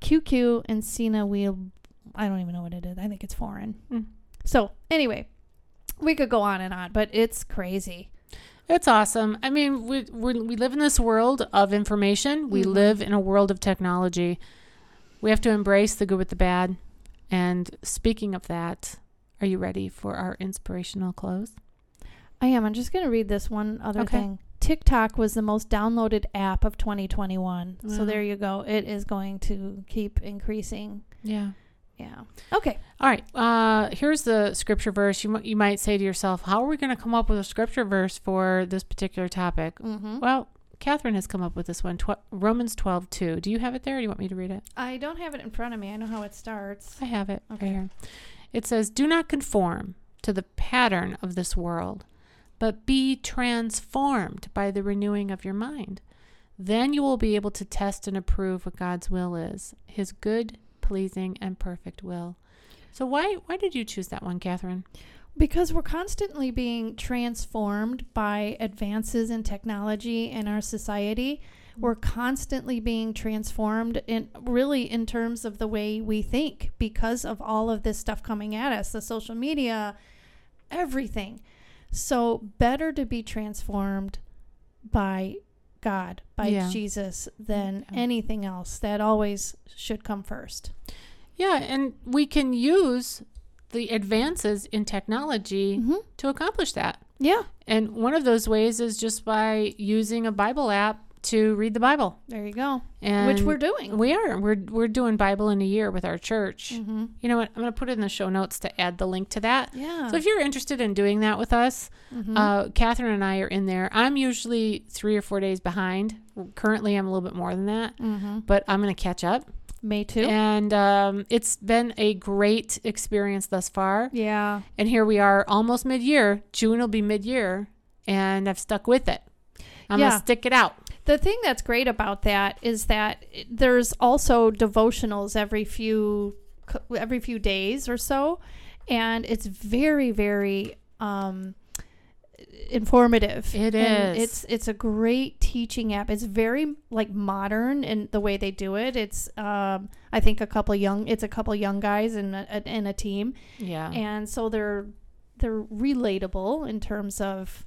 B: QQ and Sina Wheel. I don't even know what it is. I think it's foreign.
A: Mm.
B: So anyway, we could go on and on, but it's crazy.
A: It's awesome. I mean, we we we live in this world of information. We
B: Mhm.
A: live in a world of technology. We have to embrace the good with the bad. And speaking of that, are you ready for our inspirational close?
B: I am. I'm just going to read this one other
A: Okay.
B: thing. TikTok was the most downloaded app of 2021.
A: Wow.
B: So there you go. It is going to keep increasing.
A: Yeah.
B: Yeah. Okay.
A: All right. Uh, here's the scripture verse. You mi- you might say to yourself, "How are we going to come up with a scripture verse for this particular topic?"
B: Mm-hmm.
A: Well, Catherine has come up with this one. Tw- Romans twelve two. Do you have it there? Or do you want me to read it?
B: I don't have it in front of me. I know how it starts.
A: I have it right
B: Okay.
A: here. It says, Do not conform to the pattern of this world, but be transformed by the renewing of your mind. Then you will be able to test and approve what God's will is, his good, pleasing, and perfect will. So why why did you choose that one, Catherine?
B: Because we're constantly being transformed by advances in technology in our society. We're constantly being transformed in really in terms of the way we think because of all of this stuff coming at us, the social media, everything. So better to be transformed by God, by
A: Yeah.
B: Jesus than
A: Yeah.
B: anything else. That always should come first.
A: Yeah, and we can use the advances in technology
B: Mhm.
A: to accomplish that.
B: Yeah.
A: And one of those ways is just by using a Bible app to read the Bible.
B: There you go.
A: And
B: Which we're doing.
A: We are. We're we're doing Bible in a year with our church.
B: mm-hmm.
A: You know what? I'm going to put it in the show notes to add the link to that.
B: Yeah.
A: So if you're interested in doing that with us,
B: Mhm.
A: uh, Catherine and I are in there. I'm usually three or four days behind. Currently, I'm a little bit more than that,
B: Mm-hmm.
A: but I'm going to catch up.
B: Me too.
A: And um, it's been a great experience thus far.
B: yeah.
A: And here we are, almost mid-year. June will be mid-year, and I've stuck with it. I'm
B: Yeah.
A: going to stick it out.
B: The thing that's great about that is that it- there's also devotionals every few cou- every few days or so, and it's very very um, informative.
A: It
B: And
A: is.
B: It's it's a great teaching app. It's very like modern in the way they do it. It's um, I think a couple young. It's a couple young guys and a, and a team,
A: Yeah.
B: and so they're they're relatable in terms of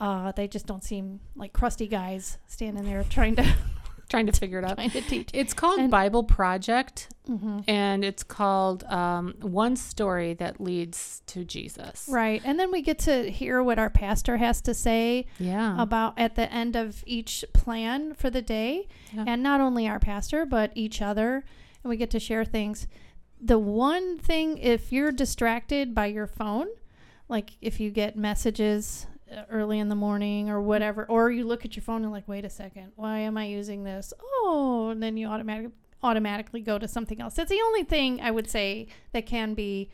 B: uh, they just don't seem like crusty guys standing there trying to
A: trying to figure it out.
B: Trying to teach.
A: It's called
B: And-
A: Bible Project,
B: Mm-hmm.
A: and it's called um, One Story That Leads to Jesus.
B: Right. And then we get to hear what our pastor has to say
A: Yeah.
B: about at the end of each plan for the day.
A: Yeah.
B: And not only our pastor, but each other. And we get to share things. The one thing, if you're distracted by your phone, like if you get messages uh, early in the morning or whatever, or you look at your phone and like, wait a second, why am I using this? Oh, and then you automatically automatically go to something else. That's the only thing I would say that can be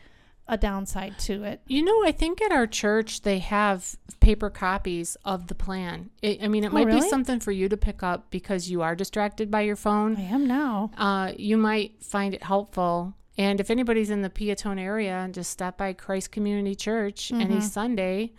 B: a downside to it.
A: You know, I think at our church they have paper copies of the plan. It, I mean, it
B: Oh,
A: might be
B: really?
A: something for you to pick up because you are distracted by your phone.
B: I am now.
A: Uh, you might find it helpful. And if anybody's in the Peatone area, just stop by Christ Community Church
B: Mm-hmm.
A: any Sunday.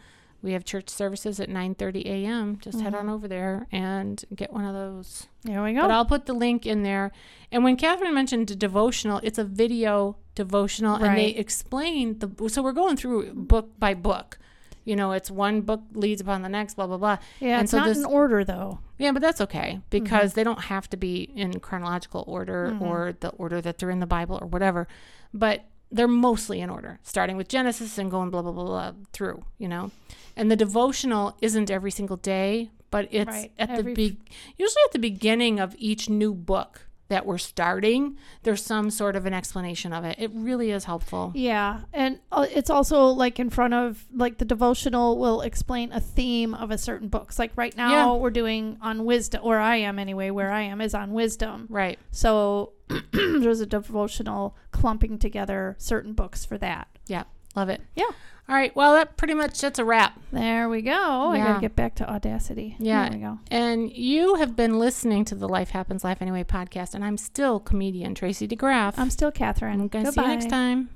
A: We have church services at 9:30 a.m. Just head
B: Mm-hmm.
A: on over there and get one of those.
B: There we
A: But
B: go.
A: I'll put the link in there. And when Catherine mentioned a devotional, it's a video devotional, and they
B: Right.
A: explain the. So we're going through book by book. You know, it's one book leads upon the next, blah blah blah.
B: Yeah,
A: and
B: it's
A: so
B: not
A: this-
B: in order though.
A: Yeah, but that's okay because
B: Mm-hmm.
A: they don't have to be in chronological order or the order that they're in the Bible or whatever. But they're mostly in order, starting with Genesis and going blah blah blah, blah through, you know. And the devotional isn't every single day, but it's
B: Right,
A: at the
B: every-
A: be- usually at the beginning of each new book that we're starting, there's some sort of an explanation of it. It really is helpful.
B: Yeah, and uh, it's also like in front of like the devotional will explain a theme of a certain book. It's like right now
A: Yeah.
B: we're doing on wisdom, or I am anyway. Where I am is on wisdom.
A: Right.
B: So there's a devotional clumping together certain books for that.
A: Yeah. Love it.
B: Yeah.
A: All right. Well, that pretty much that's a wrap.
B: There we go. I
A: Yeah.
B: gotta get back to audacity.
A: Yeah.
B: There we go.
A: And you have been listening to the Life Happens Life Anyway podcast, and I'm still comedian Tracy DeGraff.
B: I'm still Catherine.
A: I'm going to see
B: Goodbye.
A: you next time.